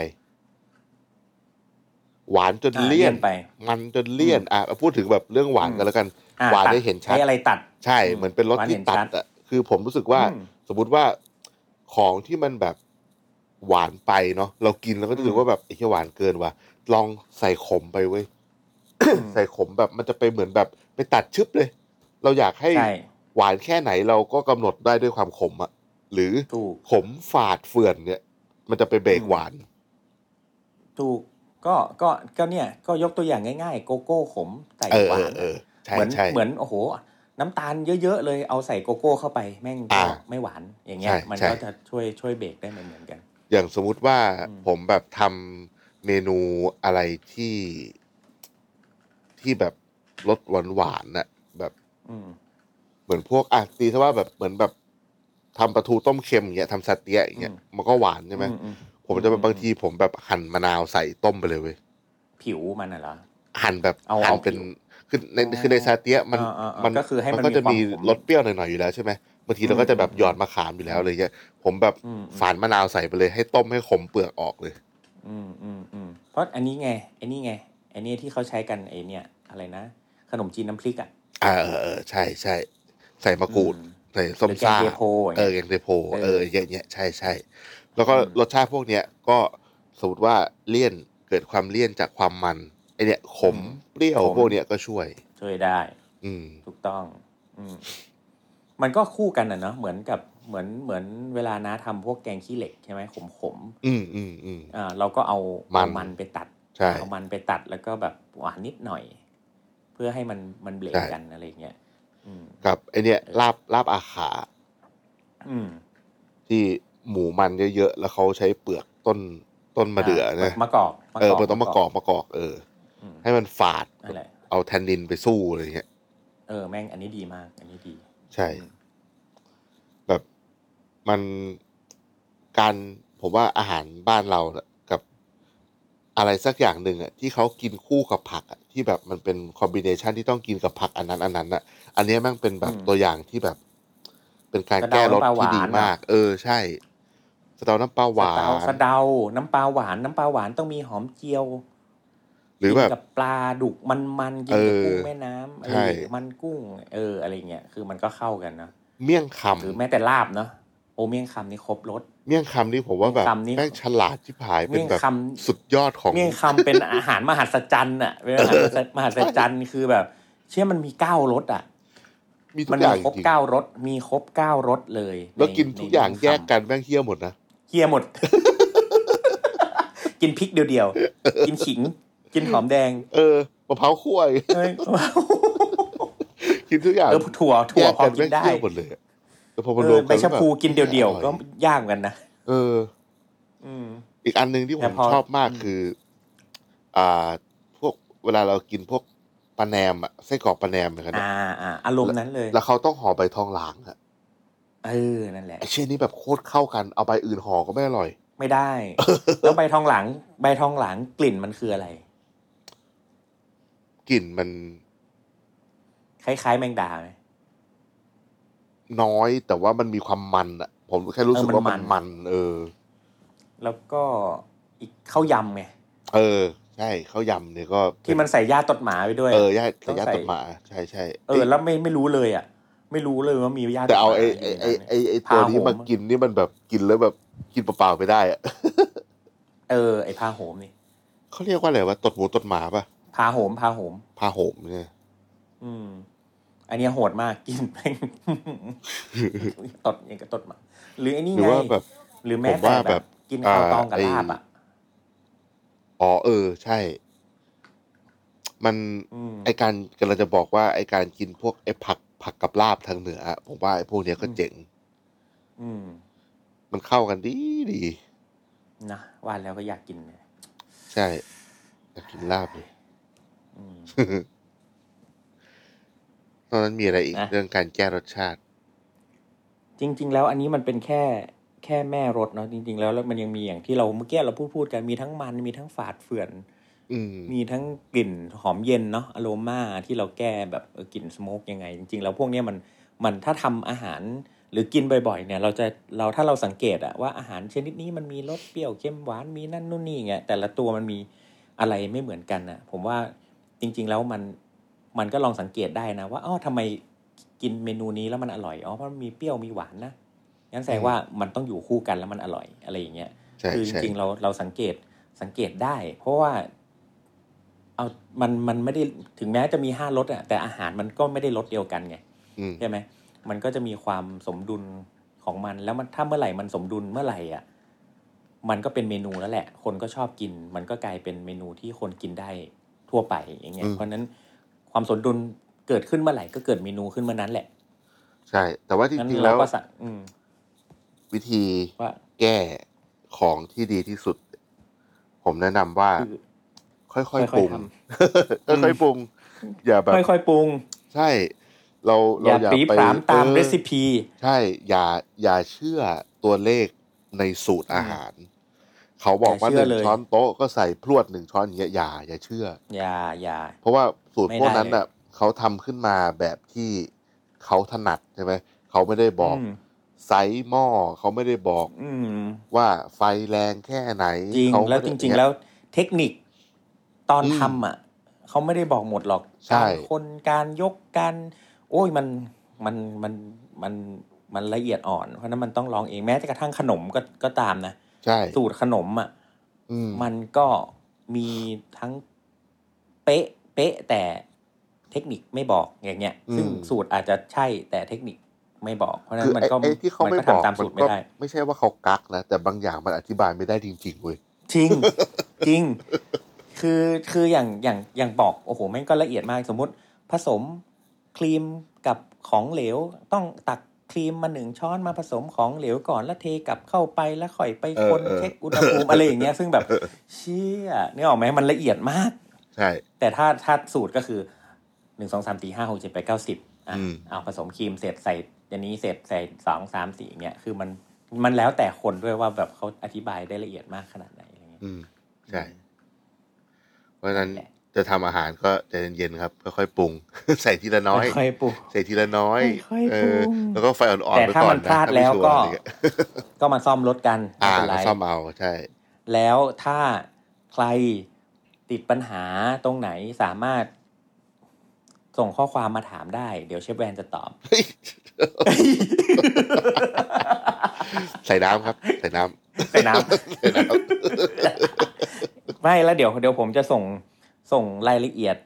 หวานจน
อ่ะ
เลี่ยน
เลี่ยนไป
มันจนเลี่ยน อ่ะพูดถึงแบบเรื่องหวาน
อืม
กันแล้วกัน
อ่ะ
หวาน
ตั
ได้เห็นชัด
ใช้อะไรตัด
ใช่
อืม
เหมือนเป็นรถ
หวาน
ที่
เห็น
ตั
ชั
ด
ด
อะคือผมรู้สึกว่า
อืม
สมมติว่าของที่มันแบบหวานไปเนาะเรากินแล้วก็รู้สึก
อืม
ว่าแบบไอ้ที่หวานเกินว่ะลองใส่ขมไปเว้ย
ม
ใส่ขมแบบมันจะไปเหมือนแบบ ไปตัดชึบเลย เราอยากให้
ใช่
หวานแค่ไหนเราก็กำหนดได้ด้วยความขมอะหรือ
ถูก
ขมฝาดเฟื่อนเนี่ย มันจะไปเบรกหวาน
ถูกก็ก็ก็เนี่ยก็ยกตัวอย่างง่ายๆ โกโก้ขมใส่
เออ
หวา
เอน อเออใช่
เหมือน
ใช่
เหมือนโอ้โห น้ำตาลเยอะๆเลยเอาใส่โกโก้เข้าไปแม่งก็
อ่า
ไม่หวานอย่างเงี้ย
ใช่
มัน
ใช่
ก็จะช่วยช่วยเบรกได้เหมือนๆกัน
อย่างสมมุติว่า
อืม
ผมแบบทำเมนูอะไรที่ที่แบบรสหวานหวานๆน่ะแบบ
อืม
เหมือนพวกอ่ะตีซะว่าแบบเหมือนแบบทำปลาทูต้มเค็มอย่างเงี้ยทำซาเตียะอย่างเงี้ย
อืม
มันก็หวานใช่ไหม
อือื
ผมจะแบ
อื
บ
ม
บางทีผมแบบหั่นมะนาวใส่ต้มไปเลยเว้ย
ผิวมันน่ะเหรอ
หั่นแบบ
เอา
หั่น
เอา
เป็น
ผิว
คือใน
อ๋อ
คือในซาเตียะมัน
อ่าอ่าอ่า
มัน
ก็คือให้มัน
ก็จะ
มี
มี
ความขม
รสเปรี้ยวหน่อยๆอยู่แล้วใช่ไหมบางทีเราก็จะแบบหยอดมะขามอยู่แล้วอะไรเงี้ยผมแบบ
อืมอืม
ฝานมะนาวใส่ไปเลยให้ต้มให้ขมเปลือกออกเลย
อืมอืมอืมเพราะอันนี้ไงไอันนี้ไงไอันนี้ที่เขาใช้กันไอเนี่ย อะไรนะ ขนมจีนน้ำพริกอ่ะ
อ่าเออเออใช่ใช่ใส่มะกรูด
อืม
ใส่ส้ม
หรือแกง
ซ่า
เทโพอย่างเงี้ย
เออแกงเทโพ
เออ
เอออย่างเงี้ยใช่ใช่แล้วก็
อืม
รสชาติพวกเนี้ยก็สมมติว่าเลี่ยนเกิดความเลี่ยนจากความมันไอเนี้ยขมเปรี้ยวพวกเนี้ยก็ช่วย
ช่วยได้
อืม
ถูกต้อง อืม มันก็คู่กันอ่ะเนาะ เหมือนกับ เหมือน เหมือนเวลาน้าทำพวกแกงขี้เหล็กใช่ไหมขมขม
อืมอืมอืม
ๆอ่า เราก็เอา
มั
เอา
น
มันไปตัด
ใช่
เอามันไปตัดแล้วก็แบบหวานนิดหน่อย เพื่อให้มัน มันเบลก
ใช่
กันอะไรอย่างเงี้ย อืม
กับไอเนี้ยลาบลาบอาขา
อืม
ที่หมูมันเยอะๆแล้วเขาใช้เปลือกต้นต้นมะเดื่อนะ
มะกอก
เออเปลือกต้นมะกอกมะกอกเออ
อืม
ให้มันฝาด
นั่นแหละ
เอาแทนนินไปสู้อะไรเงี้ย
เออ แม่ง อันนี้ดีมาก อันนี้ดี
ใช่ แบบมันการผมว่าอาหารบ้านเราน่ะกับอะไรสักอย่างหนึ่งอ่ะที่เขากินคู่กับผักอะที่แบบมันเป็นคอมบิเนชันที่ต้องกินกับผักอันนั้นอันนั้นอ่ะ อันเนี้ยแมันเป็นแบบ
อืม
ตัวอย่างที่แบบ เป็นการ
สะเดา
แก้รส
น้ำปลา
ที่ดี
หวานอะ
มาก เออใช่สะเดาน้ำปลาหวา
สะเดาน สะเดา น้ำปลาหวาน น้ำปลาหวานต้องมีหอมเจียว
หรือแบบ
กินกับปลาดุกมันมันๆกิน
เออ
กับกุ้งแม่น้ำเอ
ใช่
อมันกุ้ง เออ อะไรเงี้ยคือมันก็เข้ากันเนอะ
เมี่ยงค
หรือแม้แต่ลาบเนาะโอเมี่ยงคำนี่ครบรส
ำเมี่ยงคำนี่ผมว่าแบบ
เมี่ยงคำนี่
แม่งฉลาดที่ผายเป็นแบบ
เมี่ยงคำ
สุดยอดของ
เมี่ยงคำเป็นอาหารมหัศจรรย์อ่ะเป็นอาหารมหัศมหัศจรรย์คือแบบ เชื่อมันมีเก้ารสอ่ะ
มีทุ
มั
ก
น
อ
มี
ย่าง
ครบ
จริง
เก้ารสมีครบเก้ารสเลย
ๆแล้ว
ใ
กินทุกอย่าง
ใน
แย
เมี่
ก
คำ
กันแม่งเฮี้ยหมดนะ
เคี่ยหมด กินพริกเดียวๆกินขิง กินหอมแดง
เออมะพร้าวคั่ว
เอ้ย
กินทุกอย่าง
เออถั่วถั่วพอกินได้
แยกกัแม่งเที่ยวหมดเลยอะแล้วพอมาร
เอ
ว
อ
ม
ใบ
กัน
ชะพูกินเดียว
อร่อ
ๆก็ยากเหมือนกันนะ
เออ
อืม
อีกอันหนึ่งที่ผ
แต่
ม
พอ
ชอบมากคือ อ่า พวกเวลาเรากินพวกปลาแหนมอะไส้กรอกปลาแหนมเหมือนกัน
อ่า
อะ
อ่าอารมณ์นั้นเลย
แล้วเขาต้องห่อใบทองหลางอะ
เออ นั่นแหละ
ไอเช่นนี้แบบโคตรเข้ากันเอาใบอื่นห่อก็ไม่อร่อย
ไม่ได้ แล้วใบทองหลัง ใบทองหลังกลิ่นมันคืออะไร
กลิ่นมัน
คล้ายๆ แมงดาไหม
น้อยแต่ว่ามันมีความมันอะผมแค่รู้สึก
เออมัน
ว่ามัน
มั
มัน น เออ
แล้วก็อีกข้าวยำไง
เออ ใช่ข้าวยำเนี่ยก็เป็น
ที่มันใส่ย่าตดหมาไปด้วย
เออย่าแต่
ต้อง
ย่า
ใส่
ตดหมาใช่ใช่
เออ แล้วไม่ไม่รู้เลยอ่ะ ไม่รู้เลยว่ามีย่า
แต่เอาไอ
ตดห
ไอ
มายู่ในนั้นเนี่ย
ไอไอไอตัวนี้
พาผม
มากินนี่มันแบบกินแล้วแบบกินเปล่าๆไม่ได้อะ
เออ ไอพาโหมนี่
เขาเรียกว่าอะไรวะตดหมูตดหมาปะ
พาโหม พาโหม
พาโหมเนี่ย
อืม อันเนี้ยโหดมากกิน แม่ง ตดยังก็ตดมาหรือไอ้นี่
หรือ
ไง
ว่าแบบ
หรือแม้
ผม
แต่
ว่า
แบ
แบบ
บกินข้าวตองกับ
อ่าไอ้
ลาบอ่ะ
อ๋อเออ ใช่ มัน
อืม
ไอการกำลังจะบอกว่าไอการกินพวกไอผักผักกับลาบทางเหนืออะผมว่าไอพวกเนี้ยก็เจ๋ง
อืม
มันเข้ากันดีดี
นะว่าแล้วก็อยากกินเลย
ใช่อยากกินลาบเลย
อืม
ตอนนั้นมีอะไรอีก
นะ
เรื่องการแก้รสชาติ
จริง ๆ แล้วอันนี้มันเป็นแค่แค่แม่รถเนาะจริง ๆ แล้วแล้วมันยังมีอย่างที่เราเมื่อกี้เราพูดพูดกันมีทั้งมันมีทั้งฝาดเฟื่อน
อืม
มีทั้งกลิ่นหอมเย็นเนาะอโรมาที่เราแก้แบบเออกลิ่นสโมกยังไง จริง ๆ แล้วพวกเนี้ยมันมันถ้าทำอาหารหรือกินบ่อยๆเนี่ย เราจะเราถ้าเราสังเกตอะว่าอาหารชนิดนี้มันมีรสเปรี้ยวเค็มหวานมีนั่นนู่นนี่ไงแต่ละตัวมันมีอะไรไม่เหมือนกันนะผมว่าจริง ๆ แล้วมันมันก็ลองสังเกตได้นะ ว่าอ๋อทำไมกินเมนูนี้แล้วมันอร่อยอ๋อเพราะมันมีเปรี้ยวมีหวานนะงั้นแสดงว่ามันต้องอยู่คู่กันแล้วมันอร่อยอะไรอย่างเงี้ย
ใช่
คือจ
ใช่
ริงๆเราเราสังเกตสังเกตได้ เพราะว่าเอามันมันไม่ได้ถึงแม้จะมีห้ารสอะแต่อาหารมันก็ไม่ได้รสเดียวกันไง
อืม
ใช่ไหมมันก็จะมีความสมดุลของมันแล้วมันถ้าเมื่อไหร่มันสมดุลเมื่อไหร่อ่ะมันก็เป็นเมนูแล้วแหละ คนก็ชอบกิน มันก็กลายเป็นเมนูที่คนกินได้ทั่วไปอย่างเงี้ยเพราะฉะนั้นความสมดุลเกิดขึ้นเมื่อไหร่ก็เกิดเมนูขึ้นเมื่อนั้นแหละ
ใช่ แต่ว่าจ
งั้น
ริ
เรา
ง ๆแล้ว
ก็สั่งอืม
วิธี
ว่า
แก้ของที่ดีที่สุด ผมแนะนำว่า
คือ
ค่อยๆ
ค่อยๆ
ปรุง
ท
ค่อยๆปรุง อย่าแบบ
ค่อยๆปรุง
ใช่ เรา
อ
เรา
ย่า
อย่า
ปรี
ไป
ปรามตาม
ออ
เรซิปี
ใช่ อย่าอย่าเชื่อตัวเลขในสูตรอาหาร เขาบอกว่า
อ
ห
ย่าเชื่
นึ่
องเลย
ช้อนโต๊ะก็ใส่พรวดหนึ่งช้อนอย่างเงี้ยอย่าอย่าเชื่อ
อย่าอย่า
เพราะว่าสูตร
ไม่
พวก
ได้
นั้น
เลย
น่ะเขาทำขึ้นมาแบบที่เขาถนัดใช่ไหมเขาไม่ได้บอก
ม
ไซส์หม้อเขาไม่ได้บอก
อืม
ว่าไฟแรงแค่ไหน
จริง
เขาไม่
แล้ว
ได้
จ
อย่า
ริง
เย
ๆ แล้วเทคนิคตอน
อืม
ทำอ่ะเขาไม่ได้บอกหมดหรอก
ใช่
การคนการยกการโอ้ยมันมันมันมันมันละเอียดอ่อน เพราะฉะนั้นมันต้องลองเองแม้แต่กระทั่งขนมก็ก็ตามนะ
ใช่
สูตรขนมอ่ะ
อืม
มันก็มีทั้งเป๊ะเป๊ะแต่เทคนิคไม่บอกอย่างเงี้ย
อืม
ซึ่งสูตรอาจจะใช่แต่เทคนิคไม่บอก เพราะฉะนั้
คือน
มัน
ไอ้
ก็
ไอ้ที่เขาไม่
นก็
บอก
ทำตามสูตรไม่
ก็
ได้
ไม่ใช่ว่าเขากักนะ แต่บางอย่างมันอธิบายไม่ได้จริงๆเว้ย
จริง จริง คือคืออย่างอย่างอย่างบอกโอ้โหแม่งก็ละเอียดมากสมมติ ผสมครีมกับของเหลว ต้องตักครีมมาหนึ่งช้อนมาผสมของเหลวก่อนแล้วเทกลับเข้าไปแล้วค่อยไปคน
เออเออ
เช็คอุณหภูมิอะไรอย่างเงี้ยซึ่งแบบเชี่ยนี่ออกไหมมันละเอียดมาก
ใช่
แต่ถ้าถ้าสูตรก็คือหนึ่งสองสามสี่ห้าหกเจ็ดแปดเก้าสิบอ่ะ
อืม
เอาผสมครีมเสร็จใส่อันนี้เสร็จใส่สองสามสี่เงี้ยคือมันมันแล้วแต่คนด้วยว่าแบบเขาอธิบายได้ละเอียดมากขนาดไหนอะไรเงี้ย
อืมใช่ เพราะฉะนั้นจะทำอาหารก็ใจเย็นๆครับค่อยๆปรุง ใส่ทีละน้อย
ค่อยๆปลูก
ใส่ทีละน้อย
ค่อยๆ
เอ
ปรุ
อง แล้วก็ไฟอ่อนๆ
แต่
ไป
ถ้า
ก่อ
มัน น
นะ
พลาด
ถ้าไม่
แล้ว
ชัร์
ก็
อะไรเงี้ย
ก็มาซ่อมรถกันไม่
อ่า
เป็นไร
ซ่อมเอาใช่
แล้วถ้าใครติดปัญหาตรงไหนสามารถ ส่งข้อความมาถามได้ เดี๋ยวเชฟแวนจะตอบ
ใส่น้ำ ครับใส่น้ำ
ใส่น้ำ
ใส่น้
ไม่แล้วเดี๋ยวเดี๋ยวผมจะส่งส่งรายละเอียด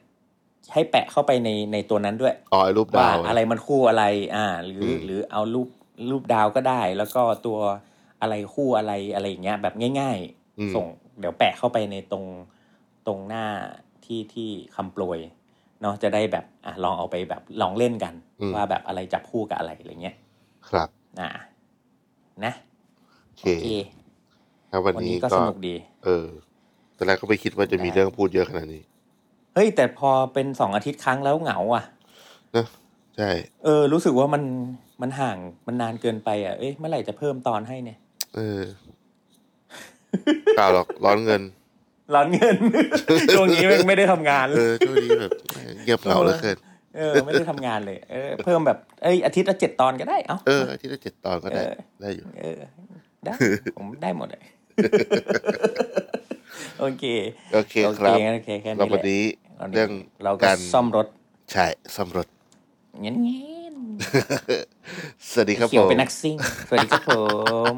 ให้แปะเข้าไปในในตัวนั้นด้วย
ำอ๋อไอ้รูป
ว่า
ดาว
อะไรมันคู่อะไร อ่า หรือ
อื
อ
ม
หรือเอารูปรูปดาวก็ได้ แล้วก็ตัวอะไรคู่อะไรอะไรอย่างเงี้ย แบบง่าย
อืม
ๆ ส่ง เดี๋ยวแปะเข้าไปในตรงตรงหน้าที่ที่คำโปรยเนาะจะได้แบบอ่ะลองเอาไปแบบลองเล่นกัน ว่าแบบอะไรจับคู่กับอะไรอะไรเงี้ย
ครับ
อ่านะ
โอเค
โอเค
ครับวัน
วัน
นี้
นี้ก็
ก็
สนุกดี
เออตอนแรกก็ไม่คิดว่าจะมี
ได้
เรื่องพูดเยอะขนาดนี้
เฮ้ย แต่พอเป็นสองอาทิตย์ครั้งแล้วเหงาอ่ะ
นะใช่
เออ รู้สึกว่ามันมันห่างมันนานเกินไปอ่ะเอ้ยเมื่อไหร่จะเพิ่มตอนให้เนี่ย
เออเปล่าหรอกร้อนเงิน
ร้อนเงิน ช่วงนี้แม่งไม่ได้ทำงาน
เอ
เลย
อช่วงนี้แบบเงียบเหงาเหลือเกิน
เออ ไม่ได้ทำงานเลย เออ เพิ่มแบบเอ้ยอาทิตย์ละเจ็ดตอนก็ได้ เอ้า
เอออาที่ละเจ็ดตอนก็ได้
เออ
ได้อยู่
เออ ได้ ผมได้หมดเลย โอเค
โอเคครับ
โอเคแค่
เรา
นี้แห
วัน
ละ
นี้
วันนี้
เรื่อง
เราก็
การ
ซ่อมรถ
ใช่ซ่อมรถ
เงี้ย
สวัสดีครับ
เขีย
ผ
ว
ม
เป็นนักซิ่ง สวัสดีครับผม